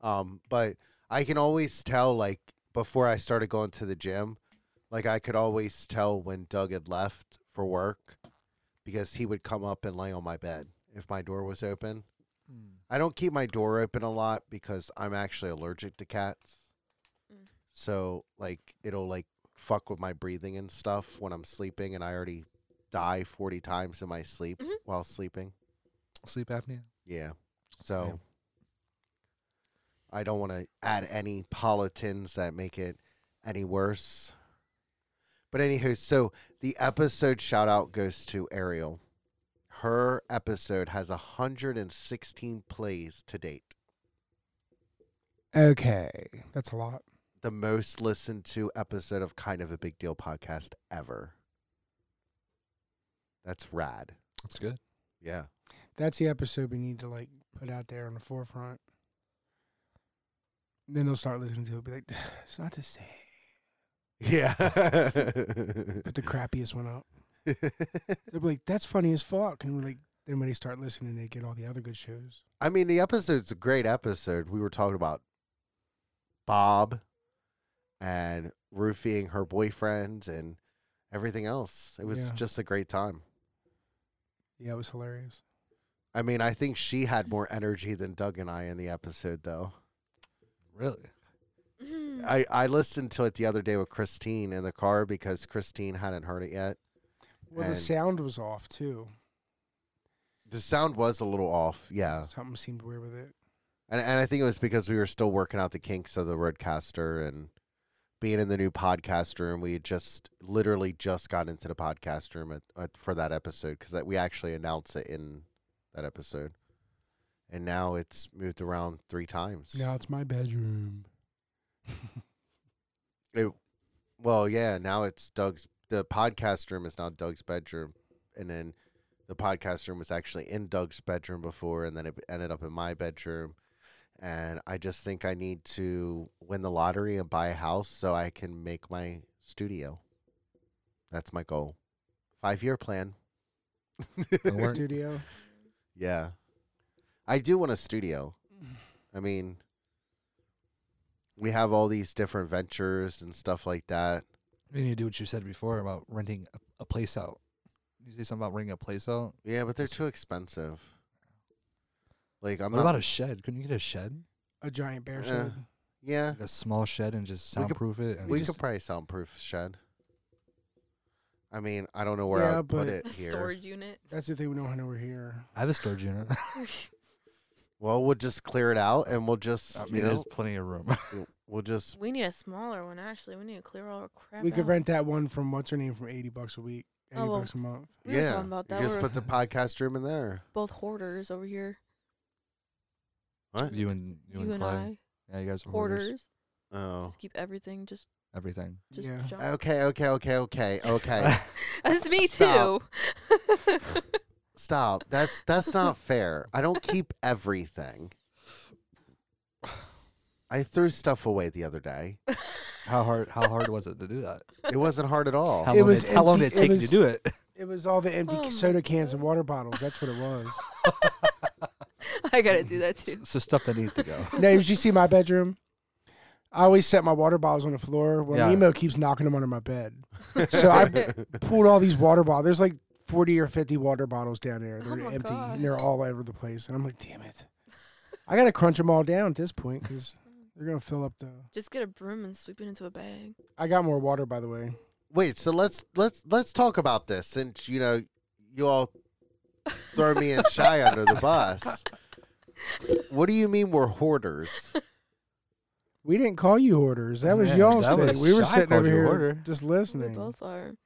S2: Um but I can always tell like before I started going to the gym, like I could always tell when Doug had left for work because he would come up and lay on my bed if my door was open.
S4: mm.
S2: I don't keep my door open a lot because I'm actually allergic to cats.
S3: Mm.
S2: So like it'll like fuck with my breathing and stuff when I'm sleeping and I already die 40 times in my sleep
S3: Mhm.
S2: while sleeping.
S4: Sleep apnea.
S2: Yeah.
S4: Damn.
S2: So I don't want to add any politins that make it any worse. But anywho, so the episode shout out goes to Ariel. Her episode has 116 plays to date.
S1: Okay. That's a lot.
S2: the most listened to episode of Kind of a Big Deal podcast ever. That's rad.
S4: That's good.
S2: Yeah.
S1: That's the episode we need to like put out there on the forefront. And then they'll start listening to it. Be like, it's not the same.
S2: Yeah.
S1: Put the crappiest one up. They'll be like, that's funny as fuck. And we're like, then when they start listening, they get all the other good shows.
S2: I mean, the episode's a great episode. We were talking about Bob and roofing her boyfriend and everything else. It was
S1: Yeah.
S2: just a great time.
S1: Yeah, it was hilarious.
S2: I mean, I think she had more energy than Doug and I in the episode, though.
S4: Really?
S3: Mhm.
S2: I, I listened to it the other day with Christine in the car because Christine hadn't heard it yet.
S1: Well,
S2: And-
S1: the sound was off too.
S2: The sound was a little off, yeah.
S1: Something seemed weird with it.
S2: And and I think it was because we were still working out the kinks of the roadcaster and being in the new podcast room. We had just literally just got into the podcast room at, at, for that episode because that we actually announced it in that episode, and now it's moved around three times.
S1: Now it's my bedroom.
S2: It, well, yeah. Now it's Doug's. The podcast room is now Doug's bedroom, and then the podcast room was actually in Doug's bedroom before, and then it ended up in my bedroom. And I just think I need to win the lottery and buy a house so I can make my studio. That's my goal. Five year plan.
S4: It'll work.
S1: Studio.
S2: yeah. I do want a studio. I mean, we have all these different ventures and stuff like that.
S4: You need to do what you said before about renting a, a place out. You say something about renting a place out.
S2: Yeah, but they're too expensive. Like I'm
S4: what
S2: not,
S4: about a shed? Couldn't you get a shed?
S1: A giant bear
S2: Uh,
S1: shed.
S2: yeah.
S4: Like a small shed and just
S2: We could-
S4: soundproof it. And
S2: We
S4: just,
S2: could probably soundproof shed. I mean, I don't know where I
S1: Yeah,
S2: would put
S1: but-
S2: it
S3: A
S2: here.
S3: storage unit.
S1: That's the thing we know when we're here.
S4: I have a storage unit.
S2: Well, we'll just clear it out and we'll just
S4: I mean,
S2: you know
S4: there's plenty of room.
S2: w- we'll just
S3: we need a smaller one actually. We need to clear all our crap.
S1: We could
S3: out.
S1: rent that one from what's her name from eighty bucks a week, eighty
S3: Oh, well.
S1: bucks a month.
S3: We were
S2: yeah
S3: talking about
S2: you
S3: that.
S2: just
S3: We're
S2: put the podcast room in there.
S3: both hoarders over here.
S2: What?
S4: you and you,
S3: You,
S4: and
S3: and
S4: Clay.
S3: I,
S4: Yeah, you guys are hoarders.
S3: hoarders.
S2: Oh.
S3: Just keep everything. Just
S4: Everything.
S3: just
S1: Yeah. Uh,
S3: junk.
S2: Okay, okay, okay, okay, okay.
S3: That's me
S2: Stop.
S3: too.
S2: Stop. That's that's not fair. I don't keep everything. I threw stuff away the other day.
S4: How hard? How hard was it to do that?
S2: It wasn't hard at all.
S4: How
S1: It
S4: long
S1: was
S4: did how long did
S1: empty-
S4: it take
S1: it
S4: you
S1: was-
S4: to do it?
S1: It was all the empty
S3: Oh my
S1: soda cans and
S3: God.
S1: water bottles. That's what it was.
S3: I gotta do that too.
S4: so stuff that needs to go.
S1: now, did you see my bedroom? I always set my water bottles on the floor. Well,
S4: Yeah.
S1: Nemo keeps knocking them under my bed. So I- Pulled all these water bottles. There's like 40 or 50 water bottles down there.
S3: Oh
S1: They're
S3: my
S1: empty
S3: God.
S1: and they're all over the place. And I'm like, damn it. I got to crunch them all down at this point because they're going to fill up the.
S3: Just get a broom and sweep it into a bag.
S1: I got more water, by the way.
S2: Wait, so let's let's let's talk about this since you know you all throw me and Shy under the bus. What do you mean we're hoarders?
S1: We didn't call you hoarders. That was
S4: Yeah,
S1: y'all's
S4: that
S1: thing.
S4: was-
S1: we were
S4: I
S1: sitting
S4: called
S1: over
S4: you
S1: here
S4: hoarder.
S1: just
S3: We
S1: listening.
S3: both are.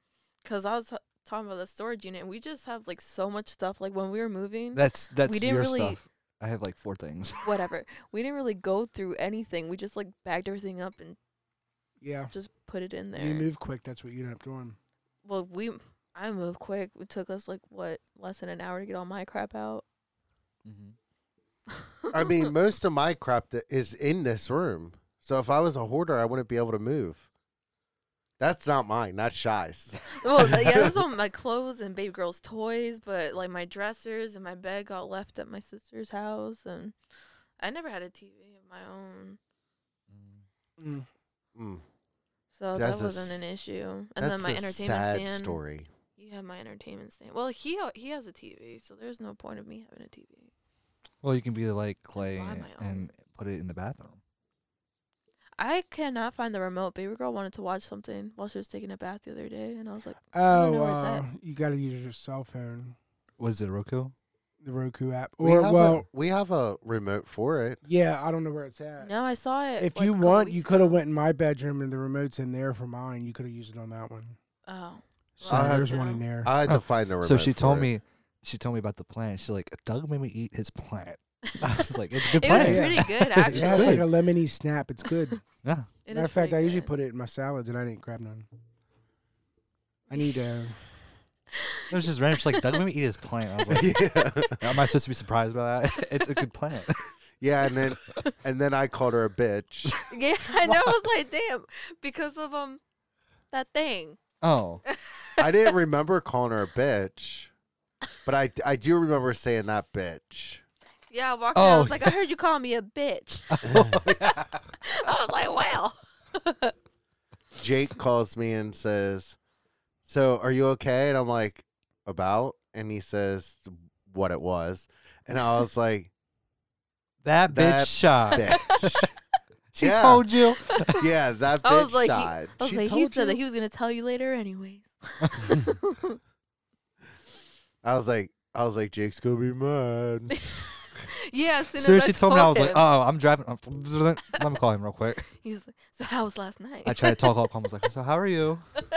S3: Cause I was t- talking about the storage unit. and We just have like so much stuff. Like when we were moving,
S4: That's that's
S3: didn't
S4: your
S3: really-
S4: stuff. I have like four things.
S3: whatever. We didn't really go through anything. We just like bagged everything up and
S1: Yeah.
S3: just put it in there.
S1: You move quick. That's what you end up doing.
S3: well, we I moved quick. It took us like what less than an hour to get all my crap out.
S4: Mm-hmm.
S2: I mean, most of my crap that is in this room. So if I was a hoarder, I wouldn't be able to move. That's not mine. That's Shy's.
S3: well, th- yeah, that's all my clothes and baby girl's toys, but like my dressers and my bed got left at my sister's house, and I never had a TV of my own,
S4: Mm-hmm.
S1: Mm.
S2: Mm,
S3: so
S2: That's a
S3: that wasn't
S2: s-
S3: an issue. And
S2: that's
S3: then my
S2: a
S3: entertainment
S2: sad
S3: stand.
S2: story.
S3: You have my entertainment stand. Well, he ha- he has a TV, so there's no point of me having a TV.
S4: Well, you can be like Clay
S3: buy my own.
S4: and put it in the bathroom.
S3: I cannot find the remote. Baby girl wanted to watch something while she was taking a bath the other day, and I was like, don't
S1: Oh,
S3: know where it's
S1: uh,
S3: at.
S1: you got to use your cell phone,
S4: Was it Roku?
S1: the Roku app.
S2: We
S1: Or,
S2: have
S1: well,
S2: a, we have a remote for it.
S1: yeah, I don't know where it's at.
S3: "No, I saw it."
S1: If
S3: like,
S1: you
S3: a couple
S1: want,
S3: weeks
S1: you could have
S3: ago."
S1: went in my bedroom and the remote's in there for mine. You could have used it on that one.
S3: Oh,
S1: So
S2: Well, I
S1: there's
S3: have-
S1: one in there.
S2: I had
S4: Oh,
S2: to find the remote.
S4: So she
S2: for
S4: told
S2: it.
S4: me, she told me about the plant. She's like, Doug made me eat his plant. I was just like, it's a good
S3: It was
S4: plant.
S1: pretty
S3: good,
S1: It
S4: It's
S3: actually.
S1: has like
S4: good.
S1: a lemony snap. It's good.
S4: yeah.
S3: It
S1: Matter
S3: is
S1: of fact,
S3: pretty
S1: I usually
S3: good.
S1: put it in my salads and I didn't grab none. I need uh
S4: It was just random. She's like, Doug made me eat his plant. I was like,
S2: yeah.
S4: am I supposed to be surprised by that? it's a good plant.
S2: yeah, and then and then I called her a bitch.
S3: Yeah, I know. I was like, damn, because of um that thing.
S4: Oh,
S2: I didn't remember calling her a bitch, but I, I do remember saying that bitch.
S3: Yeah, I walked in. I
S4: Oh,
S3: was like, I heard you call me a bitch. I was like, well,
S2: Jake calls me and says, "So are you okay?" And I'm like, "About?" And he says what it was, and I was like,
S4: that bitch
S2: That
S4: shot.
S2: "Bitch."
S4: She
S2: Yeah.
S4: told you.
S2: yeah, that bitch
S3: I was like, he-
S2: died.
S3: I was
S2: She
S3: like, he
S2: told
S3: said that
S2: you?
S3: he was gonna tell you later, anyways.
S2: I was like, I was like, Jake's gonna be mad.
S3: Yeah, as soon
S4: As soon
S3: as
S4: as she
S3: I
S4: told me, I
S3: told
S4: was like,
S3: him.
S4: "Oh, I'm driving." I'm Let me call him real quick.
S3: He was like, so how was last night?
S4: I tried to talk up. I was like, "So how are you?"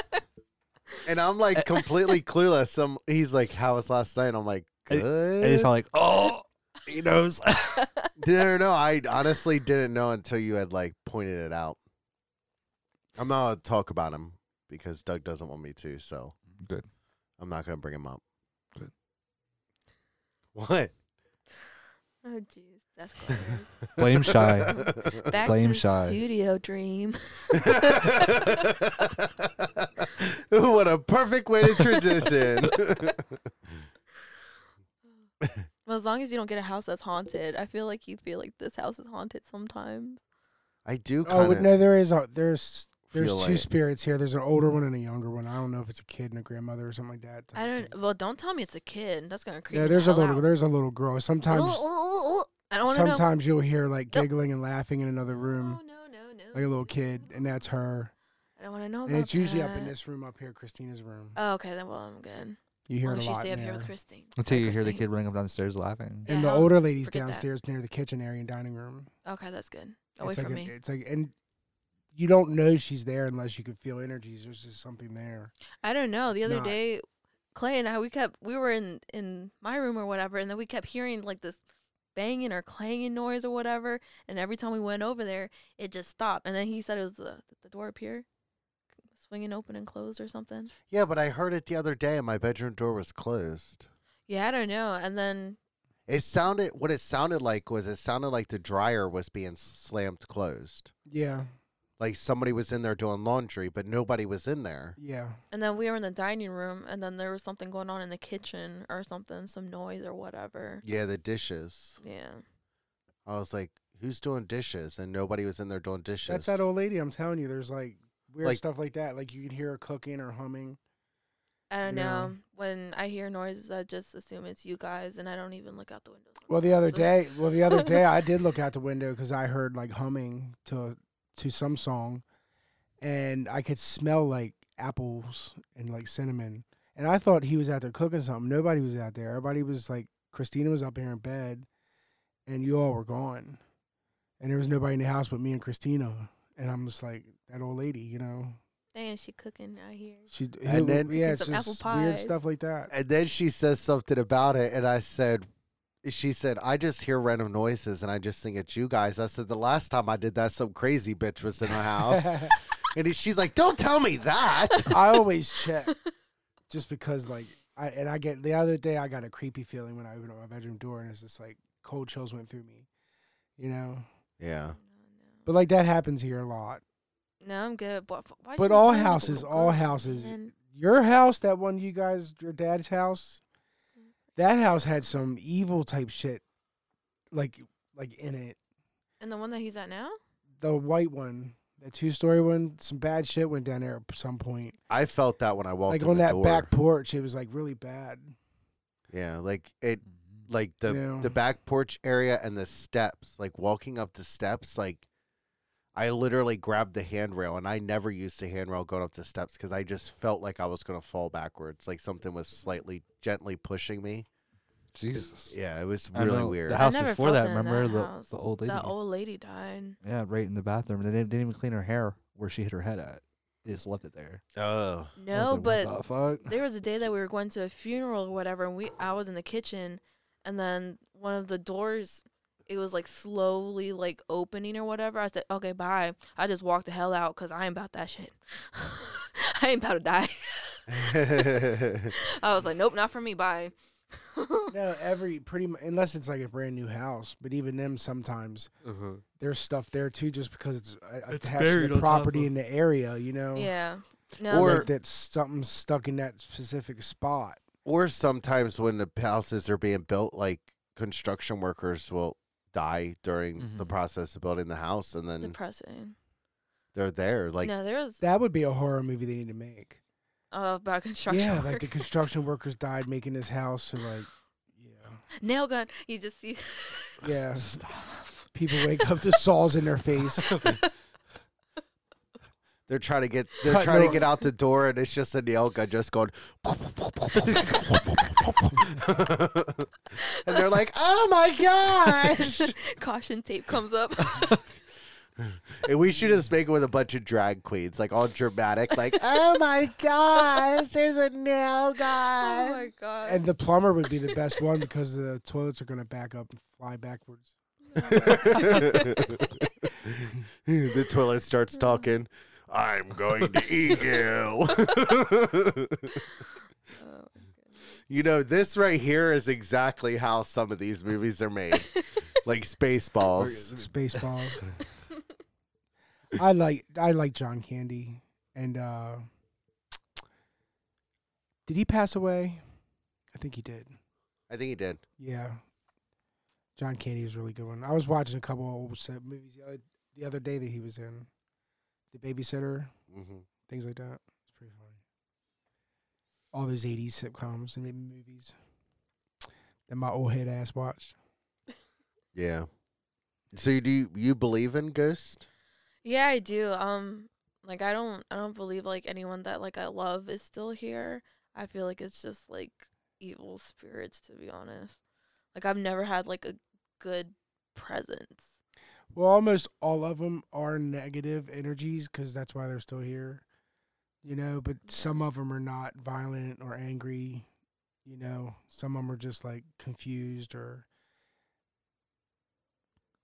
S2: And I'm like completely clueless. Some he's like, "How was last night?" I'm like,
S4: I- I
S2: "Good."
S4: And he's probably like, "Oh, he knows."
S2: no, no, no. I honestly didn't know until you had like pointed it out. I'm not gonna talk about him because Doug doesn't want me to, so
S4: Good.
S2: I'm not gonna bring him up.
S4: Good.
S2: What?
S3: oh, jeez. That's hilarious.
S4: Blame shy.
S3: Back to
S4: Blame
S3: the
S4: shy.
S3: studio dream.
S2: what a perfect way to transition.
S3: Well, as long as you don't get a house that's haunted, I feel like you feel like this house is haunted sometimes.
S2: I do
S1: Oh
S2: kind
S1: wait,
S2: of
S1: no, there is a there's there's two
S2: feel like
S1: spirits here. There's an older one and a younger one. I don't know if it's a kid and a grandmother or something like that.
S3: I don't. Well, don't tell me it's a kid. That's gonna creep
S1: Yeah,
S3: me
S1: there's
S3: the
S1: a
S3: hell
S1: little
S3: out.
S1: there's a little girl. Sometimes
S3: I don't want to know.
S1: sometimes you'll hear like
S3: Nope.
S1: giggling and laughing in another room,
S3: No, no, no, no.
S1: like a little kid, and that's her.
S3: I don't want to know
S1: And
S3: about
S1: it's usually up in
S3: that.
S1: this room up here, Christina's room.
S3: Oh, okay, then well I'm good.
S1: You hear
S3: Why
S1: it
S3: don't
S1: a
S3: you
S1: lot
S3: stay
S1: in
S3: up here with
S1: there.
S3: Christine?
S4: Until
S3: Hi,
S4: you hear the
S3: Christine.
S4: kid running up downstairs laughing.
S3: Yeah,
S1: and the
S3: how-
S1: older lady's
S3: forget that.
S1: downstairs near the kitchen area and dining room.
S3: Okay, that's good. Away
S1: it's like
S3: from
S1: a-
S3: me.
S1: it's like and you don't know she's there unless you can feel energies. There's just something there.
S3: I don't know. The
S1: It's
S3: other
S1: not.
S3: day, Clay and I we kept we were in in my room or whatever, and then we kept hearing like this banging or clanging noise or whatever. And every time we went over there, it just stopped. And then he said it was the the door up here, swinging open and closed or something.
S2: Yeah, but I heard it the other day and my bedroom door was closed.
S3: Yeah, I don't know. And then
S2: It sounded what it sounded like was it sounded like the dryer was being slammed closed.
S1: Yeah,
S2: Like somebody was in there doing laundry, but nobody was in there.
S1: yeah.
S3: and then we were in the dining room, and then there was something going on in the kitchen or something, some noise or whatever.
S2: Yeah, the dishes.
S3: Yeah.
S2: I was like, who's doing dishes? And nobody was in there doing dishes.
S1: That's that old lady. I'm telling you, there's like weird
S2: Like-
S1: stuff like that. Like you can hear her cooking or humming.
S3: I don't
S1: Yeah.
S3: know. When I hear noises, I just assume it's you guys, and I don't even look out the windows.
S1: Well, the other
S3: sometimes.
S1: day, well, the other day, I did look out the window because I heard like humming to to some song, and I could smell like apples and like cinnamon. And I thought he was out there cooking something. Nobody was out there. Everybody was like, Christina was up here in bed, and you all were gone, and there was nobody in the house but me and Christina. And I'm just like that old lady, you know.
S3: Dang, she cooking out here.
S1: She
S2: And then-
S1: yeah, it's
S3: Some apple
S1: just weird
S3: pies.
S1: stuff like that.
S2: And then she says something about it, and I said, she said, I just hear random noises and I just think it's you guys. I said, the last time I did that, some crazy bitch was in the house. and he, she's like, don't tell me that.
S1: I always check just because like I and I get the other day I got a creepy feeling when I opened up my bedroom door and it's just like cold chills went through me. You know?
S2: Yeah.
S3: No,
S1: But like that happens here a lot.
S3: no. No, I'm good. But, why'd
S1: But
S3: you
S1: all
S3: tell me about the
S1: houses-
S3: little
S1: all
S3: girl?
S1: houses-
S3: Man,
S1: Your house, that one you guys your dad's house, that house had some evil type shit like like in it.
S3: And the one that he's at now?
S1: The white one, the two story one, some bad shit went down there at some point.
S2: I felt that when I walked
S1: like
S2: in
S1: on
S2: the
S1: that
S2: door.
S1: back porch, it was like really bad.
S2: Yeah, like it, like the
S1: Yeah.
S2: the back porch area and the steps, like walking up the steps, like I literally grabbed the handrail and I never used the handrail going up the steps because I just felt like I was gonna fall backwards, like something was slightly gently pushing me.
S4: Jesus.
S2: Yeah, it was
S4: I
S2: really
S4: know,
S2: weird.
S4: The house
S3: I never
S4: before
S3: felt
S4: that,
S3: it in
S4: remember
S3: that
S4: the,
S3: house.
S4: the old lady?
S3: That old lady died.
S4: yeah, right in the bathroom. They didn't, didn't even clean her hair where she hit her head at. They just left it there.
S2: oh,
S4: I was
S3: No,
S4: like,
S3: but
S4: what the fuck?
S3: there was a day that we were going to a funeral or whatever, and we I was in the kitchen, and then one of the doors, it was like slowly like opening or whatever. I said, "Okay, bye." I just walked the hell out because I ain't about that shit. I ain't about to die. I was like, "Nope, not for me. Bye."
S1: No, every pretty much, unless it's like a brand new house, but even them sometimes
S2: Mm-hmm.
S1: there's stuff there too, just because it's, uh, attached to the property in the area, you know.
S3: yeah. No.
S2: Or-
S1: Like that's something stuck in that specific spot.
S2: or sometimes when the houses are being built, like construction workers will die during the
S4: Mhm.
S2: process of building the house, and then
S3: depressing.
S2: they're there, like
S3: no, there was
S1: That would be a horror movie they need to make.
S3: uh, about construction.
S1: Yeah,
S3: work.
S1: like the construction workers died making this house, so like, yeah,
S3: nail gun. You just see.
S1: yeah.
S4: Stop.
S1: People wake up to saws in their face.
S2: They're trying to get they're
S1: Cut
S2: trying to
S1: door.
S2: get out the door, and it's just a nail gun just going. and they're like, "Oh my gosh!"
S3: Caution tape comes up. Oh
S2: and we should just make it with a bunch of drag queens, like all dramatic, like, "Oh my gosh, there's a nail
S3: oh
S2: gun."
S3: my god.
S1: And the plumber would be the best one because the toilets are going to back up and fly backwards.
S2: the toilet starts talking. I'm going to eat you.
S3: Oh,
S2: you know, this right here is exactly how some of these movies are made, like Spaceballs.
S1: Spaceballs. I like I like John Candy and uh did he pass away? I think he did.
S2: I think he did.
S1: Yeah. John Candy is a really good one. I was watching a couple old set movies the other, the other day that he was in. The Babysitter,
S2: hmm
S1: things like that. It's pretty funny. All those 80s sitcoms and m- movies that my old head ass watched.
S2: Yeah. So you, do you, you believe in ghosts?
S3: Yeah, I do. Um, like I don't, I don't believe like anyone that like I love is still here. I feel like it's just like evil spirits, to be honest. Like I've never had like a good presence.
S1: Well, almost all of them are negative energies because that's why they're still here, you know. But some of them are not violent or angry, you know. Some of them are just like confused or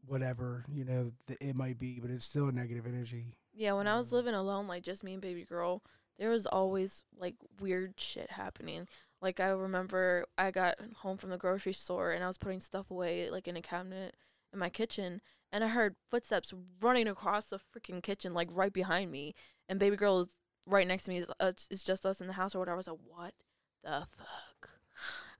S1: whatever, you know. Th- it might be, but it's still a negative energy.
S3: Yeah, when I was
S1: Mm.
S3: living alone, like just me and baby girl, there was always like weird shit happening. Like I remember I got home from the grocery store and I was putting stuff away like in a cabinet in my kitchen and I heard footsteps running across the freaking kitchen like right behind me and baby girl is right next to me. It's, uh, it's just us in the house or whatever. I was like, "What the fuck?"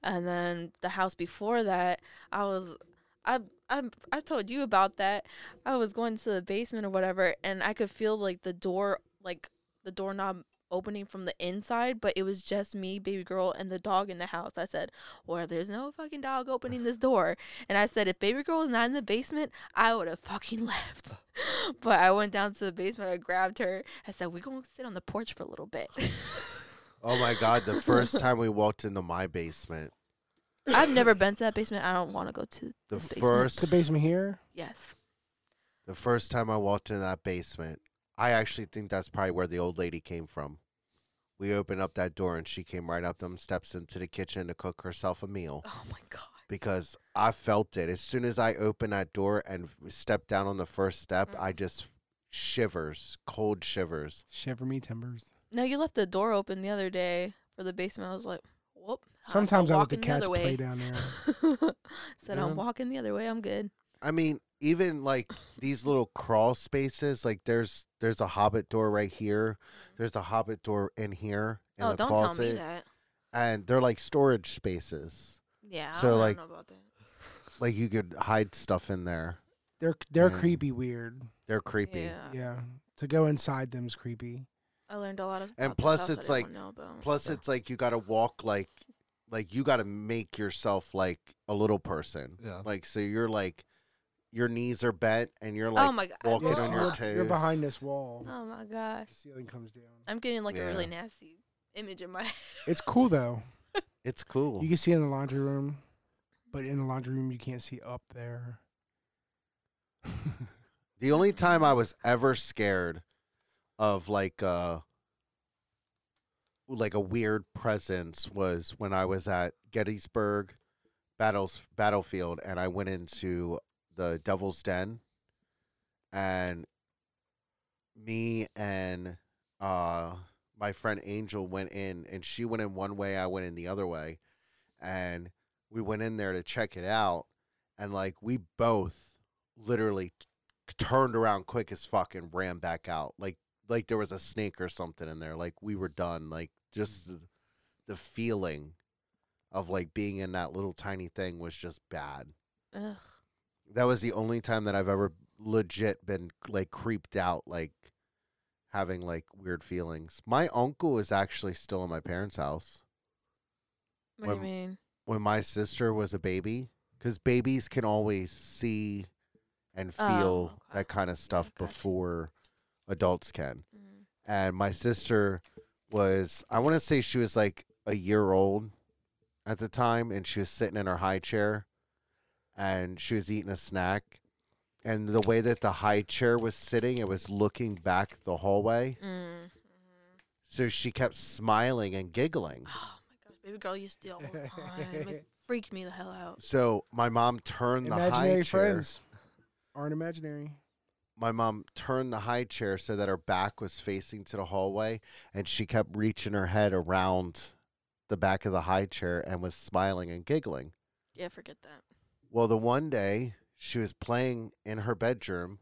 S3: And then the house before that, I was I I I told you about that. I was going to the basement or whatever, and I could feel like the door, like the doorknob opening from the inside, but it was just me, baby girl, and the dog in the house. I said, Well, there's no fucking dog opening this door. And I said, If baby girl was not in the basement, I would have fucking left. but I went down to the basement, I grabbed her. I said, We're going to sit on the porch for a little bit.
S2: Oh my God! The first time we walked into my basement,
S3: I've never been to that basement. I don't want to go to
S2: the
S3: Basement.
S2: first
S1: The basement here,
S3: Yes.
S2: The first time I walked in that basement, I actually think that's probably where the old lady came from. We opened up that door and she came right up them steps into the kitchen to cook herself a meal
S3: Oh my God.
S2: because I felt it. As soon as I opened that door and stepped down on the first step, I just shivers, cold shivers.
S1: shiver me timbers.
S3: No, you left the door open the other day for the basement. I was like, whoop. I said,
S1: Sometimes I let the
S3: "Walking other
S1: cats
S3: way."
S1: play down there.
S3: Said
S2: Yeah.
S3: I'm walking the other way. I'm good.
S2: I mean, even like these little crawl spaces, like there's there's a hobbit door right here. There's a hobbit door in here. In
S3: Mm-hmm. oh,
S2: the
S3: don't
S2: closet,
S3: tell me that.
S2: And they're like storage spaces.
S3: Yeah.
S2: So,
S3: I don't
S2: like-
S3: know about that.
S2: like you could hide stuff in there.
S1: They're they're
S2: Yeah.
S1: creepy weird.
S2: They're creepy.
S3: Yeah.
S1: Yeah, to go inside them's creepy.
S3: I learned a lot of.
S2: And
S3: about the
S2: plus
S3: house I
S2: it's
S3: didn't
S2: like-
S3: wanna know about.
S2: Plus, it's like you got to walk like, like you got to make yourself like a little person.
S4: Yeah.
S2: Like so, you're like, your knees are bent and you're like,
S3: oh my god.
S2: walking
S1: You're-
S2: on your
S1: you're,
S3: Ugh.
S1: You're
S2: toes.
S1: behind this wall.
S3: Oh my gosh.
S1: The ceiling comes down.
S3: I'm getting like a really
S2: Yeah.
S3: nasty image in my head.
S1: It's cool though.
S2: it's cool.
S1: You can see in the laundry room, but in the laundry room you can't see up there.
S2: the only time I was ever scared of like uh like a weird presence was when I was at Gettysburg battles battlefield and I went into the Devil's Den and me and uh my friend Angel went in and she went in one way I went in the other way and we went in there to check it out and like we both literally t- turned around quick as fuck and ran back out like like there was a snake or something in there like we were done like just the, the feeling of like being in that little tiny thing was just bad
S3: Ugh.
S2: that was the only time that I've ever legit been like creeped out, like having like weird feelings. My uncle is actually still in my parents' house
S3: What do
S2: When-
S3: you mean?
S2: when my sister was a baby, because babies can always see and
S3: Oh,
S2: feel
S3: okay.
S2: that kind of stuff
S3: gotcha.
S2: before adults can.
S1: Mm-hmm.
S3: Mm.
S2: and my sister was I want to say she was like a year old at the time, and she was sitting in her high chair, and she was eating a snack, and the way that the high chair was sitting, it was looking back the hallway,
S3: Mm.
S2: so she kept smiling and giggling.
S3: Oh my gosh, baby girl used to do it all the time. It freaked me the hell out.
S2: So my mom turned the high
S1: Imaginary
S2: chair.
S1: friends aren't imaginary.
S2: my mom turned the high chair so that her back was facing to the hallway and she kept reaching her head around the back of the high chair and was smiling and giggling.
S3: Yeah, forget that.
S2: Well, the one day she was playing in her bedroom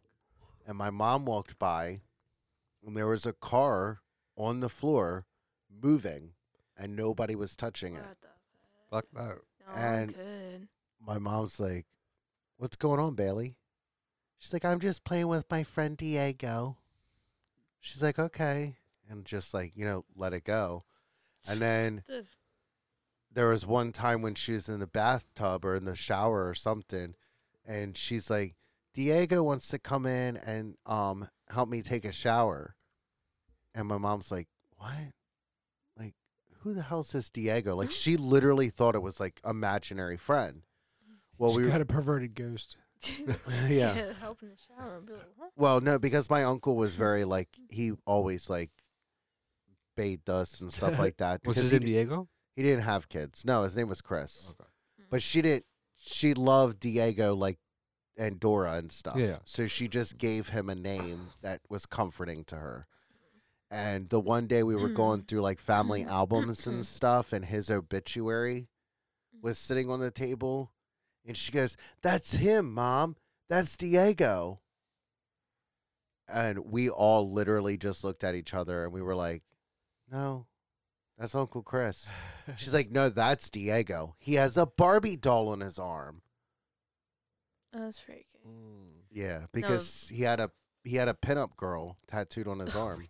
S2: and my mom walked by and there was a car on the floor moving and nobody was touching it.
S3: What the
S4: Fuck that.
S3: No,
S2: And-
S3: I'm good.
S2: My mom's like, "What's going on, Bailey?" She's like, "I'm just playing with my friend Diego." She's like, "Okay," and just like you know, let it go. And then
S3: The-
S2: there was one time when she was in the bathtub or in the shower or something, and she's like, "Diego wants to come in and um help me take a shower," and my mom's like, "What?" Like, Who the hell's this Diego? Like she literally thought it was like imaginary friend. Well,
S1: She
S2: we
S1: got a perverted ghost.
S2: yeah.
S3: yeah, help in the shower. I'd be like, what?
S2: Well, no, because my uncle was very like he always like bathed us and stuff like that.
S4: Was
S2: because
S4: his
S2: he,
S4: in Diego?
S2: he didn't have kids. No, his name was Chris.
S4: Okay.
S2: But she didn't. She loved Diego like and Dora and stuff.
S4: Yeah.
S2: So she just gave him a name that was comforting to her. And the one day we were going through like family albums and stuff, and his obituary was sitting on the table, and she goes, "That's him, mom. That's Diego." And we all literally just looked at each other, and we were like, "No, that's Uncle Chris." She's like, "No, that's Diego. He has a Barbie doll on his arm."
S3: That's freaking.
S2: Mm, Yeah, because he had a he had a pinup girl tattooed on
S3: Oh
S2: his arm,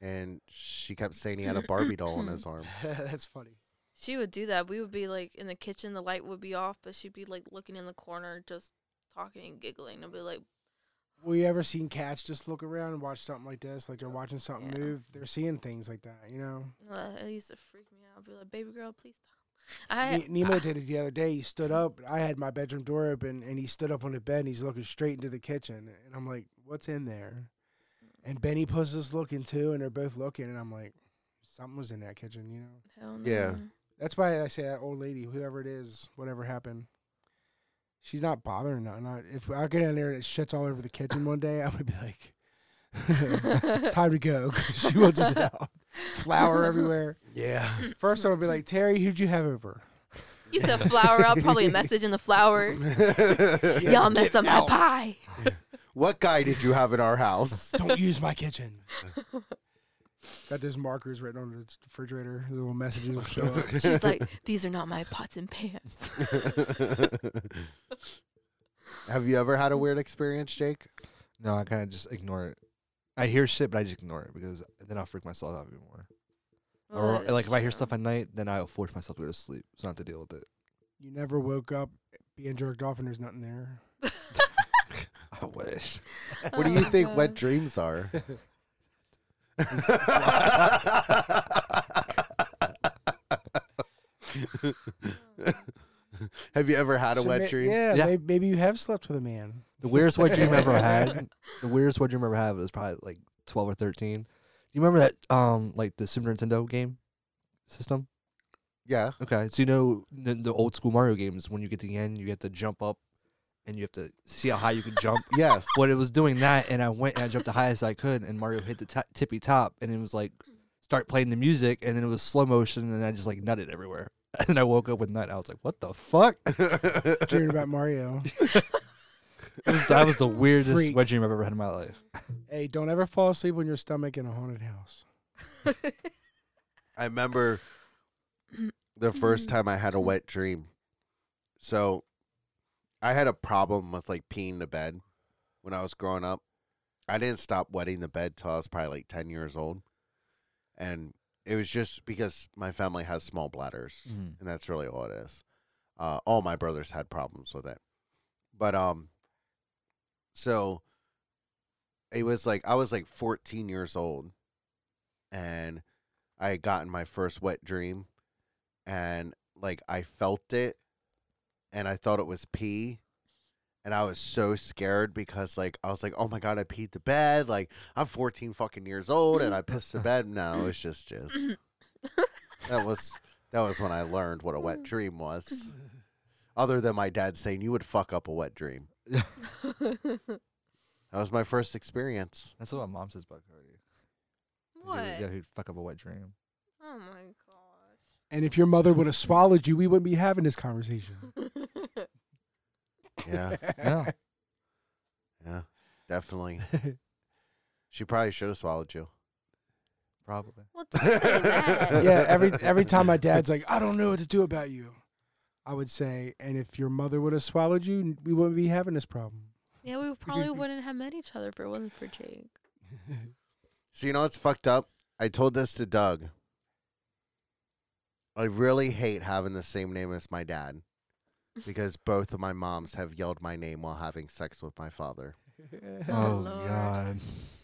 S2: and she kept saying he had a Barbie doll on his arm.
S1: That's funny.
S3: She would do that. We would be like in the kitchen, the light would be off, but she'd be like looking in the corner, just talking and giggling. And be like,
S1: Well, you ever seen cats just look around and watch something like this? Like they're watching something
S3: Yeah.
S1: move. They're seeing things like that, you know?
S3: uh, it used to freak me out. I'd be like, baby girl, please stop. I,
S1: Ne- Nemo did it the other day. He stood up. I had my bedroom door open, and he stood up on the bed, and he's looking straight into the kitchen. And I'm like, "What's in there?" And Benny Puss is looking too, and they're both looking, and I'm like, "Something was in that kitchen," you know.
S3: hell no.
S2: Yeah.
S1: That's why I say that old lady, whoever it is, whatever happened, she's not bothering nothing. I- If I get in there and it shits all over the kitchen one day, I would be like, "It's time to go." 'cause she wants us out. Flour everywhere.
S2: Yeah,
S1: First, I would be like, "Terry, who'd you have over?"
S3: You said flower. I'll probably message in the flower. Y'all messed up my pie.
S2: what guy did you have in our house?
S1: Don't use my kitchen. Got those markers written on the refrigerator. The little messages will show up.
S3: She's like, these are not my pots and pans.
S2: have you ever had a weird experience, Jake?
S4: No, I kind of just ignore it. I hear shit, but I just ignore it because then I'll freak myself out even more.
S3: Well,
S4: or like if I hear
S3: that's
S4: stuff at night, then I'll force myself to go to sleep, so not to deal with it.
S1: You never woke up being jerked off and there's nothing there.
S4: I wish.
S3: true.
S2: What do you
S3: Oh,
S2: think wet
S3: God.
S2: dreams are? Have you ever had a
S1: So
S2: wet
S1: may-
S2: dream?
S1: Yeah,
S4: Yeah.
S1: may- maybe you have slept with a man.
S4: The weirdest wet dream I ever had. The weirdest wet dream I ever had was probably like twelve or thirteen. Do you remember that um like the Super Nintendo game system?
S2: Yeah.
S4: Okay, so you know the, the old school Mario games when you get to the end, you have to jump up, and you have to see how high you can jump.
S2: Yes.
S4: What it was doing that, and I went and I jumped the highest I could, and Mario hit the t- tippy top, and it was like start playing the music, and then it was slow motion, and I just like nutted everywhere, and I woke up with nut. I was like, what the fuck?
S1: Dreaming about Mario.
S4: It was- that was the weirdest
S1: Freak.
S4: wet dream I've ever had in my life.
S1: Hey, don't ever fall asleep on your stomach in a haunted house.
S2: I remember the first time I had a wet dream. So I had a problem with like peeing the bed when I was growing up. I didn't stop wetting the bed till I was probably like 10 years old. And it was just because my family has small bladders,
S4: Mhm.
S2: and that's really all it is. Uh, all my brothers had problems with it. But, um, so it was like, I was like 14 years old and I had gotten my first wet dream and like I felt it and I thought it was pee and I was so scared because like I was like, Oh my god, I peed the bed, like I'm fourteen fucking years old and I pissed the bed. No, it's just jizz. that was that was when I learned what a wet dream was. Other than my dad saying you would fuck up a wet dream. That was my first experience.
S4: That's what my mom says about Cody.
S3: what?
S4: Yeah, he'd fuck up a wet dream.
S3: Oh my
S1: And if your mother would have swallowed you, we wouldn't be having this conversation.
S3: gosh.
S2: Yeah,
S4: Yeah.
S2: yeah, definitely. She probably should have swallowed you.
S4: Probably.
S3: well, don't say that.
S1: yeah, every every time my dad's like, I don't know what to do about you, I would say, and if your mother would have swallowed you, n- we wouldn't be having this problem.
S3: Yeah, we probably wouldn't have met each other if it wasn't for Jake.
S2: So you know what's fucked up? I told this to Doug. I really hate having the same name as my dad because both of my moms have yelled my name while having sex with my father.
S3: Oh,
S4: Oh,
S3: Lord.
S4: God.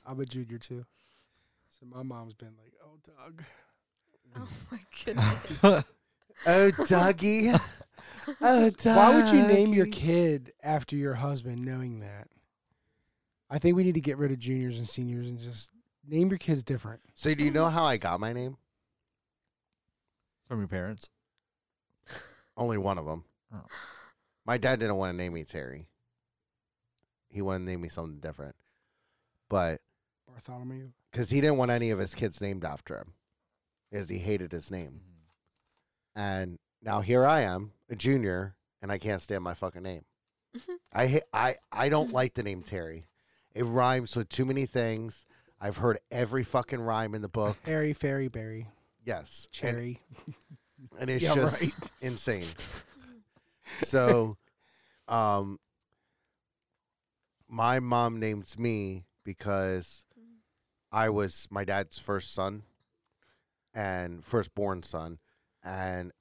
S1: I'm a junior too, so my mom's been like, "Oh, Doug,
S3: Oh my goodness.
S2: Oh, Dougie. oh, Dougie.
S1: why would you name your kid after your husband, knowing that?" I think we need to get rid of juniors and seniors and just name your kids different.
S2: So do you know how I got my name?
S4: From your parents.
S2: Only one of them.
S4: Oh.
S2: My dad didn't want to name me Terry. He wanted to name me something different, but
S1: Bartholomew.
S2: because he didn't want any of his kids named after him, because he hated his name. And now here I am, a junior, and I can't stand my fucking name. I ha- I I don't like the name Terry. It rhymes with too many things. I've heard every fucking rhyme in the book.
S1: Harry, Fairy, Berry,
S2: Yes, and
S1: Cherry.
S2: and it's
S1: Yeah,
S2: just
S1: right.
S2: insane. so, um, my mom named me because I was my dad's first son and firstborn son, and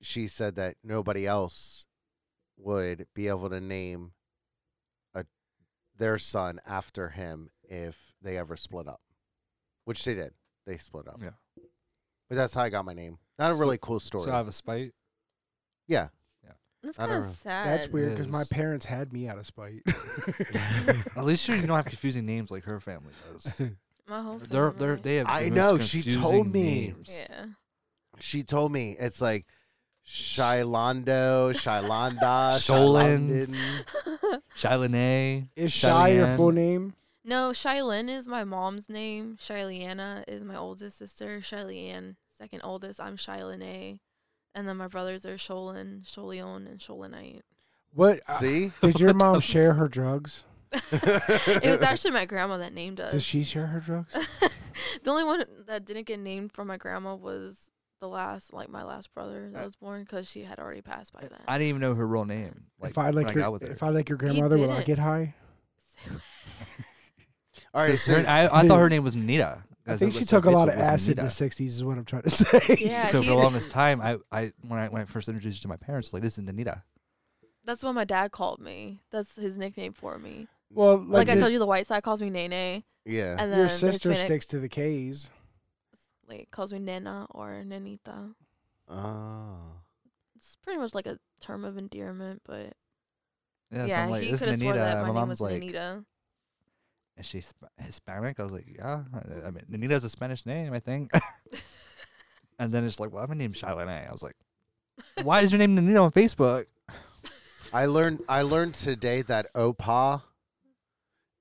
S2: she said that nobody else would be able to name a their son after him if they ever split up, which they did. They split up.
S4: Yeah.
S2: But that's how I got my name. Not a
S4: So-
S2: really cool story.
S4: So I have a spite.
S2: yeah.
S3: That's
S2: I
S3: kind
S2: don't
S3: of
S2: know.
S3: sad.
S1: That's weird because my
S4: is-
S1: parents had me out of spite.
S4: At least you don't have confusing names like her family does.
S3: My whole
S4: They're, they're,
S3: family.
S4: they have. the
S2: I
S4: most
S2: know, she
S4: confusing
S2: told me.
S4: names.
S3: Yeah.
S2: She told me it's like Shylando, Shylanda,
S4: Sholin.
S2: Shylandin.
S4: Shilene.
S1: Is Shy your full
S4: Cheyenne.
S1: name?
S3: No, Shylin is my mom's name. Shyliana is my oldest sister. Shylian, second oldest. I'm Shylinae. And then my brothers are Sholin, Sholion, and Sholinite.
S1: What uh,
S2: See?
S1: did your mom share her drugs?
S3: It was actually my grandma that named us.
S1: Does she share her drugs?
S3: the only one that didn't get named from my grandma was the last, like my last brother that was born because she had already passed by then.
S4: Uh, I didn't even know her real name. Like,
S1: if I
S4: when
S1: like your,
S4: got with her.
S1: if I like your grandmother, will I
S3: didn't.
S1: get high?
S2: All right, so
S4: Her- I, I thought her name was Nita.
S1: I
S4: That's
S1: think
S4: what
S1: she
S4: it said
S1: took a lot
S4: Facebook
S1: of
S4: was
S1: acid in
S4: Nita.
S1: the '60s, is what I'm trying to say.
S3: yeah,
S4: so for
S3: he-
S4: the longest time, I, I when I when I first introduced you to my parents, like this is Anita.
S3: that's what my dad called me. That's his nickname for me.
S1: Well,
S3: Like,
S1: like,
S3: I
S1: your,
S3: told you, the white side calls me Nene,
S2: yeah.
S3: and then
S1: your
S3: the
S1: sister
S3: Hispanic,
S1: sticks to the K's.
S3: like calls me Nana or Nanita.
S2: Oh.
S3: It's pretty much like a term of endearment, but
S4: Yeah, so
S3: yeah,
S4: I'm like,
S3: he
S4: this
S3: could have
S4: is
S3: sworn
S4: Anita.
S3: that my,
S4: And my
S3: name
S4: mom's
S3: was
S4: like,
S3: Nanita.
S4: is she Hisp- Hispanic? I was like, yeah. I- I mean, Anita's a Spanish name, I think. and then it's like, well, my name's Shailene. I was like, why is your name Anita on Facebook?
S2: I learned I learned today that Opa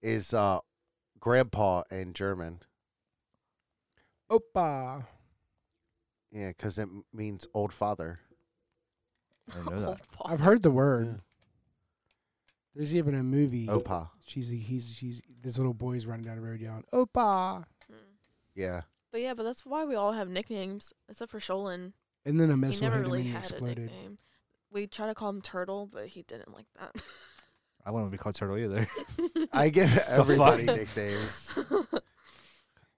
S2: is uh grandpa in German.
S1: Opa.
S2: Yeah, cuz it m- means old father.
S4: I didn't know that.
S3: Oh,
S1: I've heard the word.
S2: Yeah.
S1: There's even a movie.
S2: Opa.
S1: She's he's she's this little boy's running down the road yelling Opa,
S3: Mm.
S2: Yeah.
S3: But yeah, but that's why we all have nicknames, except for Sholin.
S1: and then a
S3: He
S1: missile hit
S3: never
S1: him
S3: really
S1: and he
S3: had a
S1: exploded.
S3: nickname. We try to call him Turtle, but he didn't like that.
S4: I wouldn't be called Turtle either.
S2: I give everybody
S4: fuck?
S2: nicknames.
S3: That's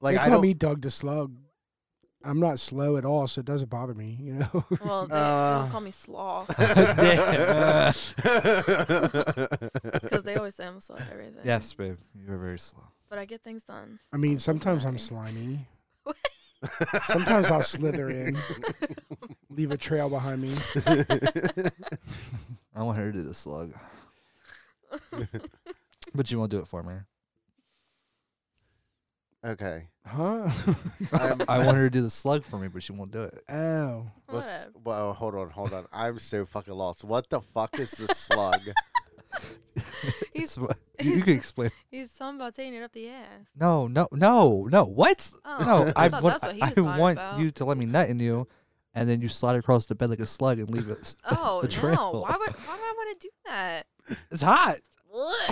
S2: Like
S1: they
S2: I
S1: call
S2: don't
S1: me Doug the Slug. I'm not slow at all, so it doesn't bother me. You know.
S3: well, they,
S2: Uh,
S3: they call me Slaw
S4: Damn.
S3: because they always say I'm slow at everything.
S4: yes, babe. You were very slow.
S3: but I get things done.
S1: I mean, sometimes I'm slimy. Sometimes I'll slither in, leave a trail behind me.
S4: I want her to do the slug, but you won't do it for me.
S2: Okay.
S1: Huh?
S2: I'm-
S4: I want her to do the slug for me, but she won't do it.
S1: Ow.
S2: What's,
S3: Whatever.
S2: well, hold on, hold on. I'm so fucking lost. What the fuck is this slug?
S4: It's
S3: He's
S4: wha- you, you can explain.
S3: he's talking about taking it up the ass.
S4: No, no, no, no. What?
S3: Oh,
S4: No, I,
S3: thought
S4: want,
S3: that's what he
S4: I
S3: was talking
S4: want
S3: about.
S4: you to let me nut in you, and then you slide across the bed like a slug and leave it.
S3: Oh
S4: the
S3: no!
S4: trail.
S3: Why would why would I want to do that?
S4: It's hot.
S3: What?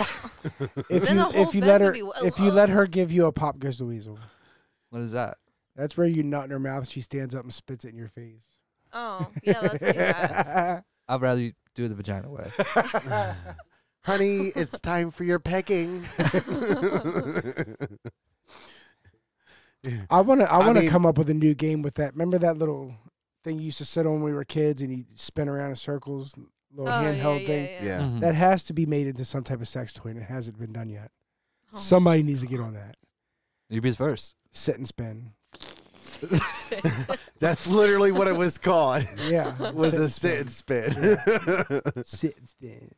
S1: If you
S3: Then the whole
S1: if you
S3: bed's
S1: let
S3: gonna
S1: her
S3: be oh. wa-
S1: if you let her give you a pop goes the weasel,
S4: What is that?
S1: that's where you nut in her mouth. She stands up and spits it in your face.
S3: Oh yeah, let's do that.
S4: I'd rather you do it the vagina way.
S2: Honey, it's time for your pegging.
S1: I want to I
S2: I
S1: want to
S2: mean-
S1: come up with a new game with that. Remember that little thing you used to sit on when we were kids and you spin around in circles,
S3: Oh
S1: little
S3: yeah, yeah,
S1: handheld thing.
S3: yeah.
S2: yeah.
S4: Mm-hmm.
S1: That has to be made into some type of sex toy, and it hasn't been done yet.
S3: Oh.
S1: Somebody needs to get on that.
S4: You be first.
S1: Sit and spin.
S2: That's literally what it was called.
S1: Yeah,
S2: Was a
S1: sit and
S2: sit and spin.
S1: spin. sit and spin.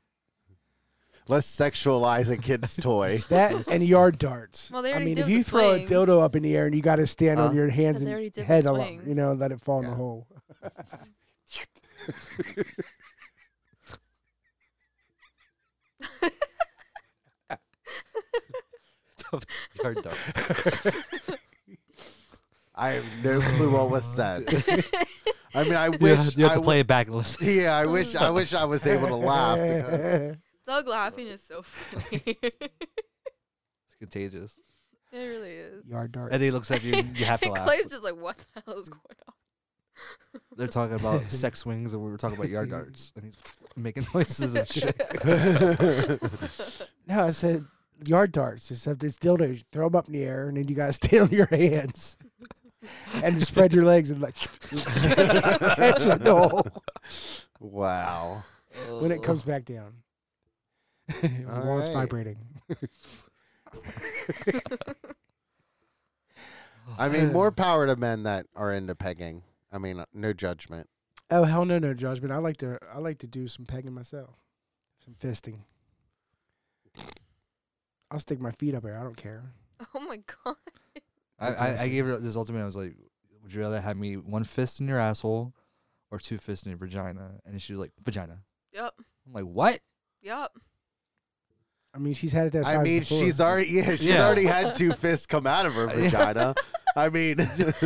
S2: Let's sexualize a kid's toy.
S1: That and yard darts.
S3: Well, they
S1: I
S3: already
S1: mean,
S3: did
S1: if
S3: with
S1: you
S3: the
S1: throw
S3: swings.
S1: a dildo up in the air and you got to stand
S2: Huh?
S1: on your hands
S3: Said
S1: and
S3: they already did with
S1: head a lot, you
S3: swings.
S1: know, let it fall in
S2: Yeah.
S1: the hole.
S4: Yard dog.
S2: I have no clue what was said. I mean, I
S4: You
S2: wish
S4: have, you have
S2: I
S4: to play it back and listen.
S2: w- yeah, I wish I wish I was able to laugh. Because
S3: Doug laughing is so funny. it
S4: It's contagious.
S3: really is.
S1: yard darts.
S4: And he looks at you. and You have to
S3: And
S4: laugh.
S3: Clay's just like, what the hell is going on?
S4: They're talking about sex swings, and we were talking about yard darts, and he's making noises and shit.
S1: No, I said yard darts, except it's dildos. You throw them up in the air, and then you got to stand on your hands and you spread your legs and like catch it all
S2: Wow.
S1: when it comes back down. While it's
S2: Alright.
S1: vibrating.
S2: I mean, more power to men that are into pegging. I mean, uh, no judgment.
S1: Oh hell no, no judgment. I like to I like to do some pegging myself, some fisting. I'll stick my feet up there. I don't care.
S3: Oh my god.
S4: I, I, I gave her this ultimatum. I was like, "Would you rather have me one fist in your asshole, or two fists in your vagina?" And she was like, "Vagina."
S3: Yep.
S4: I'm like, "What?"
S3: Yep.
S1: I mean, she's had it that size
S2: I mean,
S1: before.
S2: she's already yeah, she's
S4: Yeah.
S2: already had two fists come out of her vagina. I mean,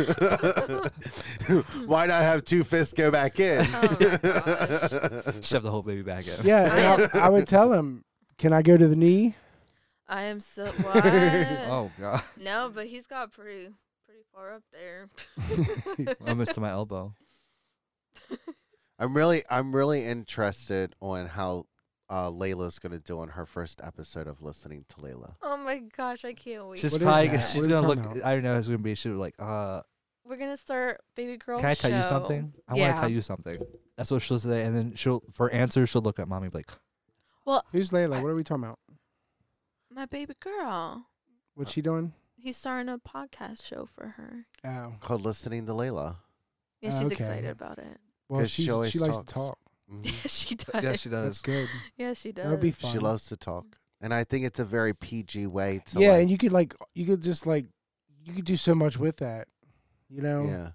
S2: why not have two fists go back in?
S3: Oh my gosh.
S4: Shove the whole baby back in.
S1: yeah. and I, I would tell him, "Can I go to the knee?"
S3: I am so what?
S4: Oh god,
S3: No, but he's got pretty pretty far up there.
S4: almost to my elbow.
S2: I'm really I'm really interested on how uh, Layla's gonna do on her first episode of listening to Layla.
S3: Oh my gosh, I can't wait.
S4: She's
S1: What is that?
S4: probably gonna,
S1: What
S4: she's
S1: are you
S4: gonna look.
S1: talking about?
S4: I don't know. It's gonna be. She's like, "Uh,
S3: We're gonna start baby girl.
S4: can I tell you
S3: show.
S4: something? I want
S3: Yeah.
S4: to tell you something." That's what she'll say, and then she'll for answers she'll look at mommy and be like,
S1: Who's Layla? What are we talking about?
S3: My baby girl.
S1: What's she doing?
S3: He's starting a podcast show for her.
S1: Oh,
S2: Called listening to Layla.
S3: Yeah,
S1: Oh,
S3: she's
S1: okay.
S3: excited about it.
S1: well,
S2: 'Cause she
S1: she's,
S2: always
S1: she likes
S2: talks.
S1: to talk.
S2: Mhm.
S3: Yeah, she does.
S4: "Yeah, she
S1: That's
S4: does."
S1: good.
S3: Yeah, she does.
S1: That would be fun.
S2: She loves to talk, and I think it's a very PG way to.
S1: yeah,
S2: like-
S1: and you could like, you could just like, you could do so much with that. You know.
S2: yeah,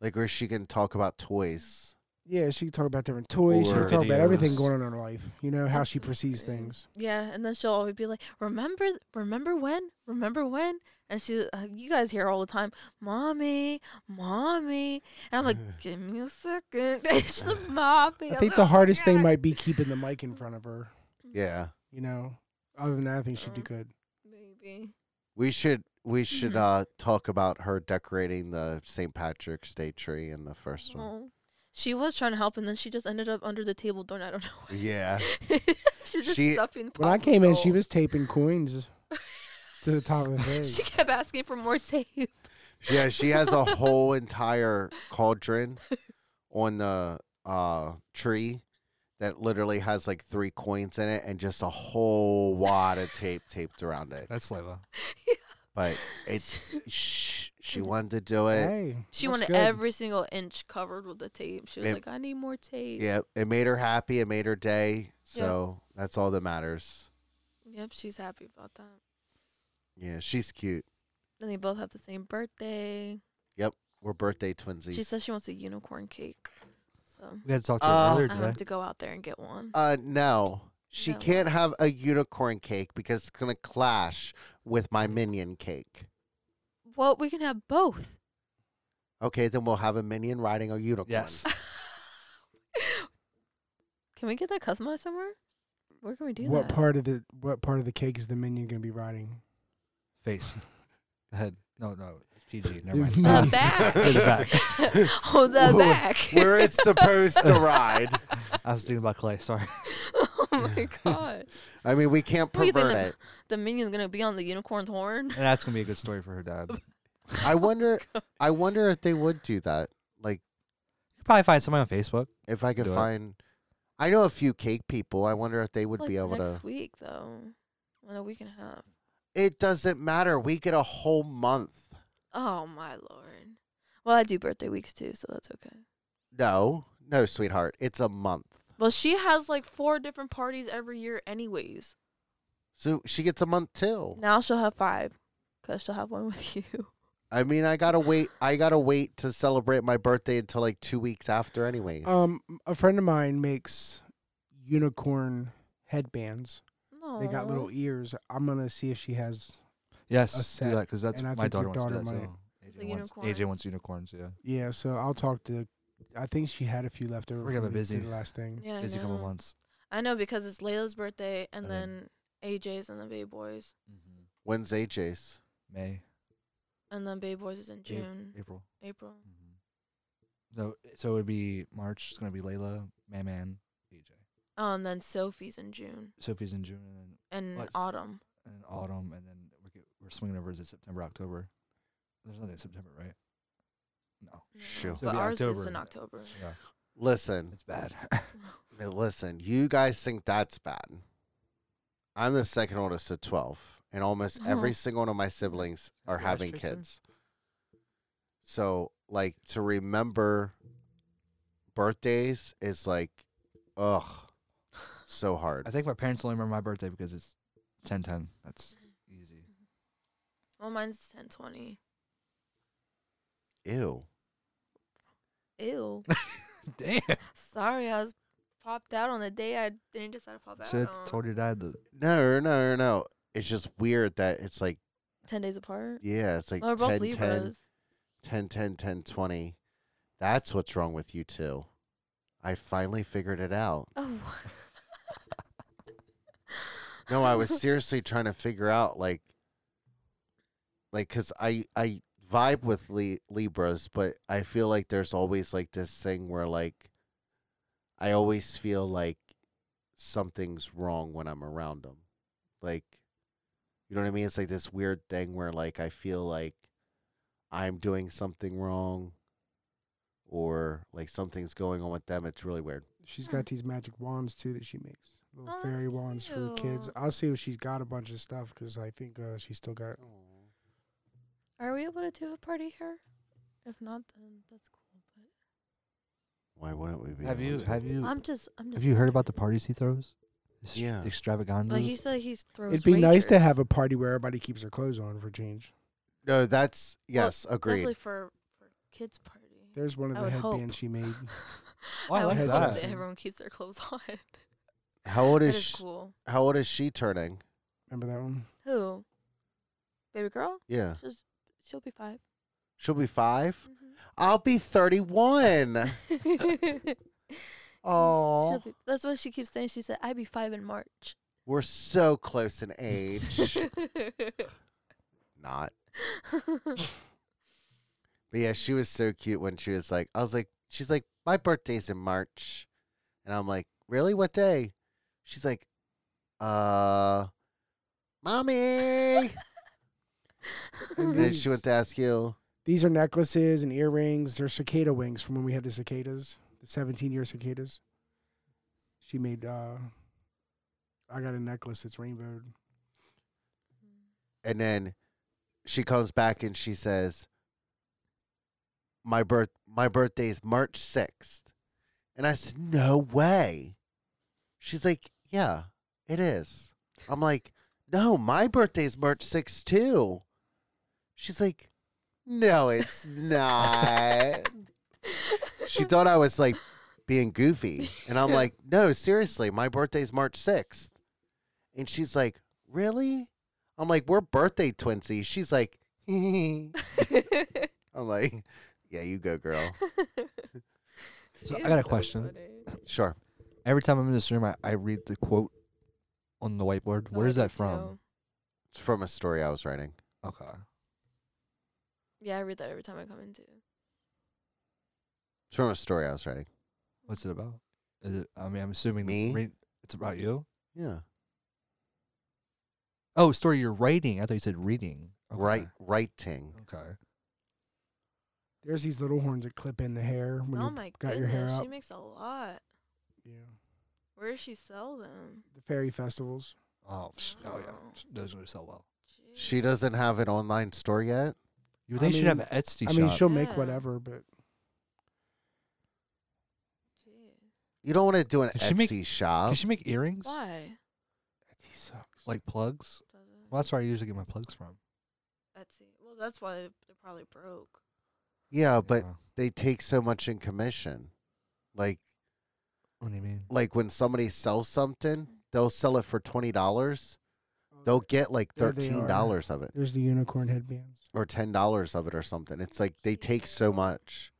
S2: like where she can talk about toys.
S1: Yeah, she could talk about different toys. She
S2: Or
S1: could talk about everything
S4: videos.
S1: going on in her life. You know how she
S3: That's-
S1: perceives
S3: mm.
S1: things.
S3: Yeah, and then she'll always be like, "Remember, th- remember when, remember when," and she, uh, you guys hear all the time, "Mommy, mommy," and I'm like, "Give me a second, it's the mommy."
S1: I
S3: I'm
S1: think
S3: like,
S1: the
S3: "Oh my
S1: hardest thing
S3: God."
S1: might be keeping the mic in front of her.
S2: Yeah,
S1: You know. Other than that, I think she'd do
S3: Uh.
S1: good.
S3: Maybe.
S2: we should we should
S3: Mm-hmm.
S2: uh talk about her decorating the St. Patrick's Day tree in the first one.
S3: Oh. She was trying to help, and then she just ended up under the table doing I don't know. what.
S2: Yeah,
S3: she was just
S2: She-
S3: stuffing.
S1: When I came in, she
S3: popsicle.
S1: was taping coins to the top of the
S3: Oh. She
S1: thing.
S3: kept asking for more tape.
S2: yeah, she has a whole entire cauldron on the uh tree that literally has like three coins in it and just a whole wad of tape taped around it.
S4: That's Layla.
S2: But it's sh- she wanted to do it.
S1: hey,
S3: She
S1: looks
S3: wanted
S1: good.
S3: every single inch covered with the tape. She was
S2: Yeah.
S3: like, I need more tape.
S2: Yeah, it made her happy. It made her day.
S3: Yeah.
S2: So that's all that matters.
S3: Yep, she's happy about that.
S2: Yeah, she's cute.
S3: And they both have the same birthday.
S2: We're birthday twinsies.
S3: She says she wants a unicorn cake. So
S4: We had to talk to
S2: Uh,
S4: her earlier
S3: I
S4: today.
S3: have to go out there and get one.
S2: Uh, no. She
S3: No.
S2: can't have a unicorn cake because it's gonna clash with my minion cake.
S3: Well, we can have both.
S2: Okay, then we'll have a minion riding a unicorn.
S4: Yes.
S3: Can we get that customized somewhere? Where can we do
S1: What
S3: that?
S1: part of the what part of the cake is the minion gonna be riding?
S4: Face. Head. No, no. it's PG. Never
S1: Dude,
S4: mind.
S1: no.
S3: The back.
S4: Yeah, the back.
S3: Hold that
S2: Wh-
S3: back.
S2: Where it's supposed to ride.
S4: I was thinking about Clay. Sorry.
S3: oh my god.
S2: I mean, we can't
S3: What do you think
S2: pervert
S3: the-
S2: it.
S3: The minion's gonna be on the unicorn's horn.
S4: And that's gonna be a good story for her dad. You
S2: I wonder. I wonder if they would do that. Like,
S4: could probably find somebody on Facebook.
S2: if I could
S4: Do it.
S2: find. I know a few cake people. I wonder if they would
S3: It's
S2: be
S3: like
S2: able
S3: next
S2: to.
S3: week though. In a week and a half.
S2: It doesn't matter. We get a whole month.
S3: Oh my lord. Well, I do birthday weeks too, so that's okay.
S2: No, no, sweetheart. It's a month.
S3: Well, she has like four different parties every year, anyways.
S2: So she gets a month
S4: Oh.
S2: too.
S3: Now she'll have five, cause she'll have one with you.
S2: I mean, I gotta wait. I gotta wait to celebrate my birthday until like two weeks after, anyways.
S3: Oh.
S1: Um, a friend of mine makes unicorn headbands.
S3: No.
S1: They got little ears. I'm gonna see if she has.
S4: Yes, do
S1: set,
S4: that because that's
S1: and I
S4: my
S1: think your
S4: daughter wants to do that.
S1: daughter
S4: So
S3: The
S4: AJ wants, AJ
S3: unicorns.
S4: wants unicorns. Yeah,
S1: Yeah, so I'll talk to. I think she had a few left over.
S4: We're gonna
S1: from the-
S4: be busy.
S1: the last thing.
S3: Yeah, I
S4: busy couple
S3: know.
S4: months.
S3: I know because it's Layla's birthday and
S4: And
S3: then
S4: then-
S3: AJ's and then Bay Boys
S4: Mm-hmm.
S2: When's AJ's?
S4: May,
S3: and then Bay Boys is in June,
S4: April.
S3: April.
S4: Mm-hmm. So so it would be March. It's gonna be Layla, Man Man, AJ,
S3: Oh, and then Sophie's in June
S4: Sophie's in June, and then
S3: and
S4: What's-
S3: autumn.
S4: and then autumn, and then we get, we're swinging over to September, October. There's nothing in September, right? No.
S3: No,
S2: Shoot.
S4: So it'll
S3: But
S4: be
S3: ours is
S4: October.
S3: in October.
S4: Yeah,
S2: Listen,
S4: it's bad.
S2: listen. You guys think that's bad? I'm the second oldest of twelve, and almost every
S3: Oh.
S2: single one of my siblings are
S1: Yeah,
S2: having
S1: Tristan.
S2: kids. So, like, to remember birthdays is like, ugh, so hard.
S4: I think my parents only remember my birthday because it's ten ten. That's
S3: Mm-hmm.
S4: easy.
S3: Well, mine's ten twenty.
S2: Ew.
S3: Ew.
S4: Damn.
S3: Sorry, I was popped out on the day I didn't decide to pop out.
S4: Should
S3: on.
S4: have told your dad that
S2: No, no, no, no. It's just weird that it's like,
S3: ten days apart.
S2: yeah, it's like
S3: well, we're
S2: 10,
S3: both
S2: 10,
S3: Libras.
S2: 10, 10, 10, 20. That's what's wrong with you two. I finally figured it out.
S3: Oh.
S2: No, I was seriously trying to figure out like like cuz I I vibe with Li- Libras, but I feel like there's always like this thing where like I always feel like something's wrong when I'm around them. Like you know what I mean? It's like this weird thing where like I feel like I'm doing something wrong or like something's going on with them. It's really weird.
S1: She's
S3: Hmm.
S1: got these magic wands too that she makes. Little
S3: Oh, that's
S1: fairy wands for kids.
S3: cute.
S1: I'll see if she's got a bunch of stuff because I think uh, she's still got.
S3: Are we able to do a party here? If not, then that's cool.
S2: Why wouldn't we be?
S4: have
S2: able
S4: you
S2: to?
S4: have
S3: But
S4: you
S3: I'm just. I'm just
S4: have you heard
S3: wondering.
S4: about the parties he throws? His
S2: Yeah.
S4: extravaganzas.
S3: Like he said, he throws.
S1: It'd be nice to
S3: ragers.
S1: have a party where everybody keeps their clothes on for change.
S2: No, that's
S3: Well,
S2: yes, agreed.
S3: Definitely for for kids party.
S1: There's one of
S3: I
S1: the
S3: would hope.
S1: headbands she made.
S4: Oh, I
S3: would
S4: like
S3: hope
S1: that.
S3: everyone keeps their clothes on.
S2: How old
S3: that
S2: is,
S3: is
S2: sh-
S3: cool.
S2: how old is she turning?
S1: Remember that one?
S3: Who? Baby girl?
S2: Yeah,
S3: She's, she'll be 5
S2: she'll be five.
S3: Mhm.
S2: I'll be thirty-one.
S3: She'll
S2: Oh,
S3: Mm-hmm. be- that's what she keeps saying. She said, "I'd be five in March."
S2: we're so close in age. Not, but yeah, she was so cute when she was like, I was like, she's like, my birthday's in March, and I'm like, really, what day? She's like, uh, mommy. and then she went to ask you.
S1: These are necklaces and earrings. They're cicada wings from when we had the cicadas, the 17 year cicadas. She made. uh I got a necklace that's rainbowed.
S2: and then she comes back and she says my birth my birthday's march 6th and i said no way she's like yeah it is i'm like no my birthday's march 6th too she's like no it's not she thought i was like being goofy and i'm like no seriously my birthday's march 6th and she's like really I'm like, we're birthday twinsies. She's like, I'm like, yeah, you go, girl.
S4: So I
S3: She's
S4: got a
S3: so
S4: question.
S3: funny.
S2: Sure.
S4: Every time I'm in this room, I, I read the quote on the whiteboard.
S3: Oh,
S4: Where
S3: I
S4: is
S3: do
S4: that from?
S3: too.
S2: It's from a story I was writing.
S4: Okay.
S3: Yeah, I read that every time I come in too.
S2: It's from a story I was writing.
S4: What's it about? Is it? I mean, I'm assuming the
S2: Me?
S4: read- it's about you.
S2: Yeah.
S4: Oh, story you're writing. I thought you said reading. Okay.
S2: Right, writing.
S4: Okay.
S1: There's these little horns that clip in the hair when
S3: oh
S1: you
S3: my
S1: got
S3: goodness,
S1: your hair
S3: she
S1: out.
S3: makes a lot.
S1: Yeah.
S3: Where does she sell them?
S1: The fairy festivals.
S4: Oh, psh, oh yeah.
S3: Wow.
S4: psh, Those are gonna sell well.
S2: She doesn't have an online store yet.
S4: You
S1: I
S4: think she'd have
S1: mean-
S4: an Etsy
S1: I mean,
S4: shop?
S1: she'll make
S3: Yeah.
S1: whatever, but
S3: Jeez.
S2: You don't want to do an
S4: Can she
S2: Etsy
S4: make-
S2: shop.
S4: Can she make earrings?
S3: Why?
S1: Etsy sucks.
S4: Like plugs?
S3: Doesn't-
S4: Well, that's where I usually get my plugs from.
S3: Etsy. Well, that's why they're probably broke.
S2: yeah, Oh, but
S4: Yeah.
S2: they take so much in commission. Like,
S4: what do you mean?
S2: like when somebody sells something, they'll sell it for twenty dollars.
S1: Oh,
S2: They'll get like
S1: There they
S2: thirteen
S1: are.
S2: dollars of it,
S1: There's the unicorn headbands,
S2: or ten dollars of it, or something. It's like they take so much.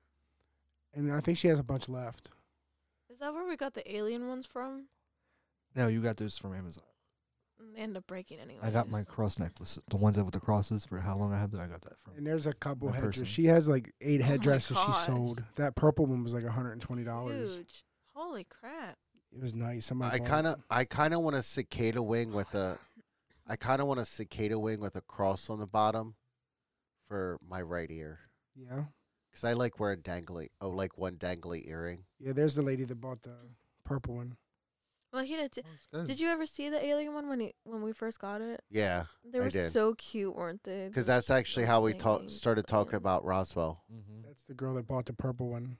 S1: and I think she has a bunch left.
S3: Is that where we got the alien ones from?
S4: No, you got those from Amazon.
S3: And They end up breaking anyway.
S4: I got my cross necklace, the ones that with the crosses. For how long I had that, I got that from.
S1: And there's a couple
S4: That
S1: headdresses.
S4: person.
S1: She has like eight
S3: Oh my
S1: headdresses she
S3: gosh.
S1: sold. That purple one was like $120.
S3: Huge. Holy crap.
S1: It was nice. Somebody
S2: I
S1: bought it.
S2: kind of, I kind of want a cicada wing with a, I kind of want a cicada wing with a cross on the bottom, for my right ear,
S1: Yeah.
S2: because I like wearing dangly, oh, like one dangly earring.
S1: Yeah, there's the lady that bought the purple one.
S3: Well, he did.
S4: Hmm.
S3: Did you ever see the alien one when he, when we first got it?
S2: Yeah,
S3: They
S2: I
S3: were
S2: did.
S3: so cute, weren't they?
S2: because
S3: The
S2: that's actually how we
S3: dangly
S2: talked, started talking
S3: aliens.
S2: about Roswell.
S4: Mm-hmm.
S1: That's the girl that bought the purple one.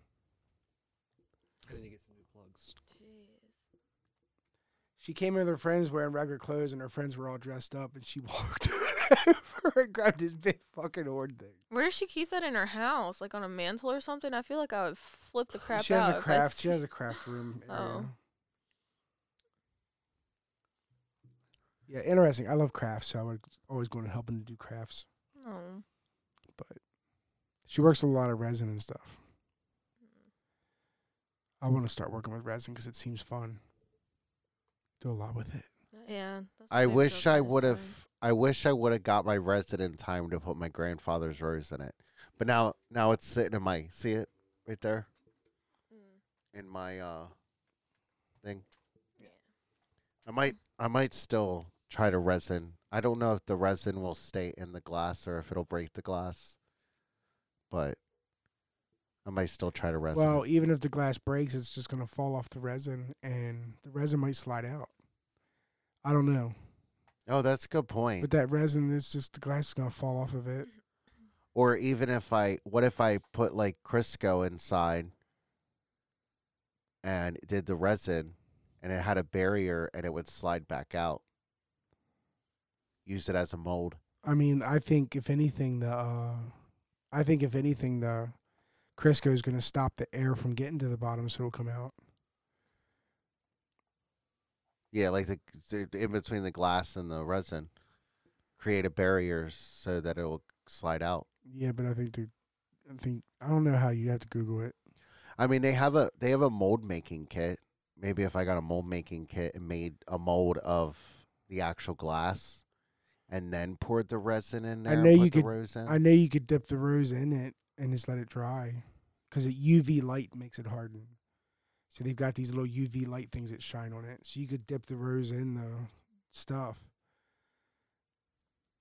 S4: I need to get some new plugs.
S3: Jeez.
S1: She came in with her friends wearing regular clothes, and her friends were all dressed up, and she walked over and grabbed this big fucking horn thing.
S3: Where does she keep that in her house? Like on a mantle or something? I feel like I would flip the crap
S1: she
S3: out.
S1: has a
S3: if I
S1: craft. She
S3: see-
S1: has a craft room. Area.
S3: Oh.
S1: Yeah, interesting. I love crafts, so I would always go and help them to do crafts.
S3: No.
S1: She works with a lot of resin and stuff. I want to start working with resin because it seems fun. Do a lot with it.
S3: Yeah. that's what
S2: I
S3: did
S2: wish
S3: the
S2: I
S3: first
S2: would have.
S3: time.
S2: I wish I would have got my resident time to put my grandfather's rose in it, but now, now it's sitting in my. See it right there
S3: Mm.
S2: in my uh thing.
S3: Yeah.
S2: I might I might still try to resin. I don't know if the resin will stay in the glass or if it'll break the glass. But I might still try to resin.
S1: Well,
S2: it.
S1: even if the glass breaks, it's just gonna fall off the resin, and the resin might slide out. I don't know,
S2: oh, that's a good point.
S1: but that resin is just the glass is gonna fall off of it.
S2: or even if I what if I put like Crisco inside and did the resin and it had a barrier and it would slide back out. Use it as a mold.
S1: I mean, I think if anything, the uh, I think if anything, the Crisco is gonna stop the air from getting to the bottom, so it'll come out.
S2: Yeah, like the the- in between the glass and the resin, create a barrier so that it will slide out.
S1: Yeah, but I think the I think I don't know how you have to Google it.
S2: I mean, they have a they have a mold making kit. Maybe if I got a mold making kit and made a mold of the actual glass, and then poured the resin in there,
S1: know
S2: and
S1: you
S2: put the
S1: could-
S2: rose in.
S1: I know you could dip the rose in it and just let it dry, because it UV light makes it harden. So they've got these little UV light things that shine on it. So you could dip the rose in the stuff,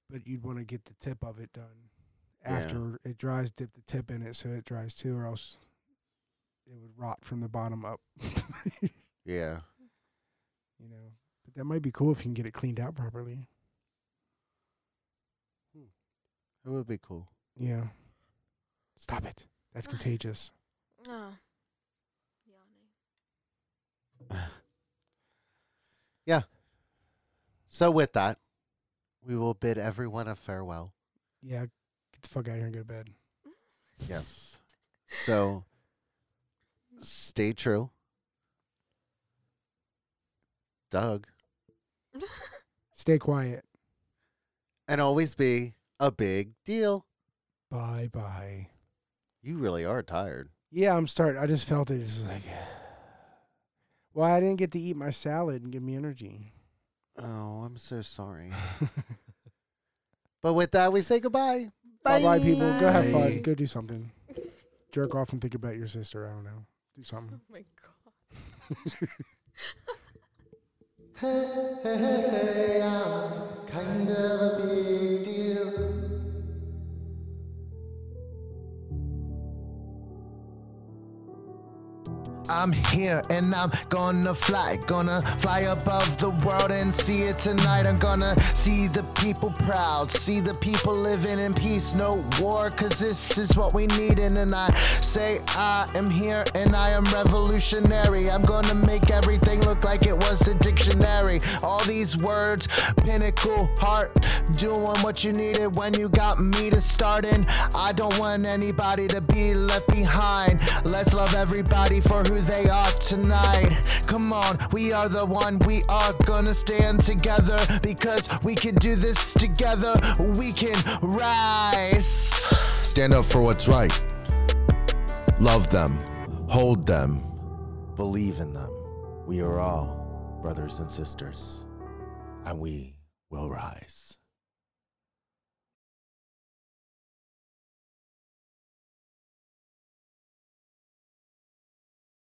S1: but you'd want to get the tip of it done
S2: Yeah.
S1: after it dries. Dip the tip in it so it dries too, or else it would rot from the bottom up.
S2: yeah,
S1: But that might be cool if you can get it cleaned out properly.
S5: It would be cool.
S1: Yeah. Stop it. That's contagious.
S3: Oh.
S5: So with that, we will bid everyone a farewell.
S1: Yeah. Get the fuck out of here and go to bed.
S5: Yes. So stay true. Doug.
S3: Yawning.
S1: Stay quiet.
S5: And always be a big deal.
S1: Bye bye.
S5: You really are tired.
S1: Yeah, I'm starting. I just felt it. It's just like, well, I didn't get to eat my salad and give me energy.
S5: Oh, I'm so sorry. But with that, we say goodbye.
S1: Bye bye, people. Go have
S6: Bye.
S1: fun. Go do something. Jerk off and think about your sister. I don't know. Do
S3: oh
S1: something.
S3: my god.
S5: Hey, hey, hey, hey, I'm kind of a big deal.
S2: I'm here and I'm gonna fly, gonna fly above the world and see it tonight. I'm gonna see the people proud, see the people living in peace, no war, cause this is what we need. And I say I am here and I am revolutionary. I'm gonna make everything look like it was a dictionary. All these words, pinnacle, heart, doing what you needed when you got me to starting. I don't want anybody to be left behind. Let's love everybody for who they are tonight. Come on, we are the one. We are gonna stand together because we can do this together. We can rise. Stand up for what's right. Love them. Hold them. Believe in them. We are all brothers and sisters, and we will rise.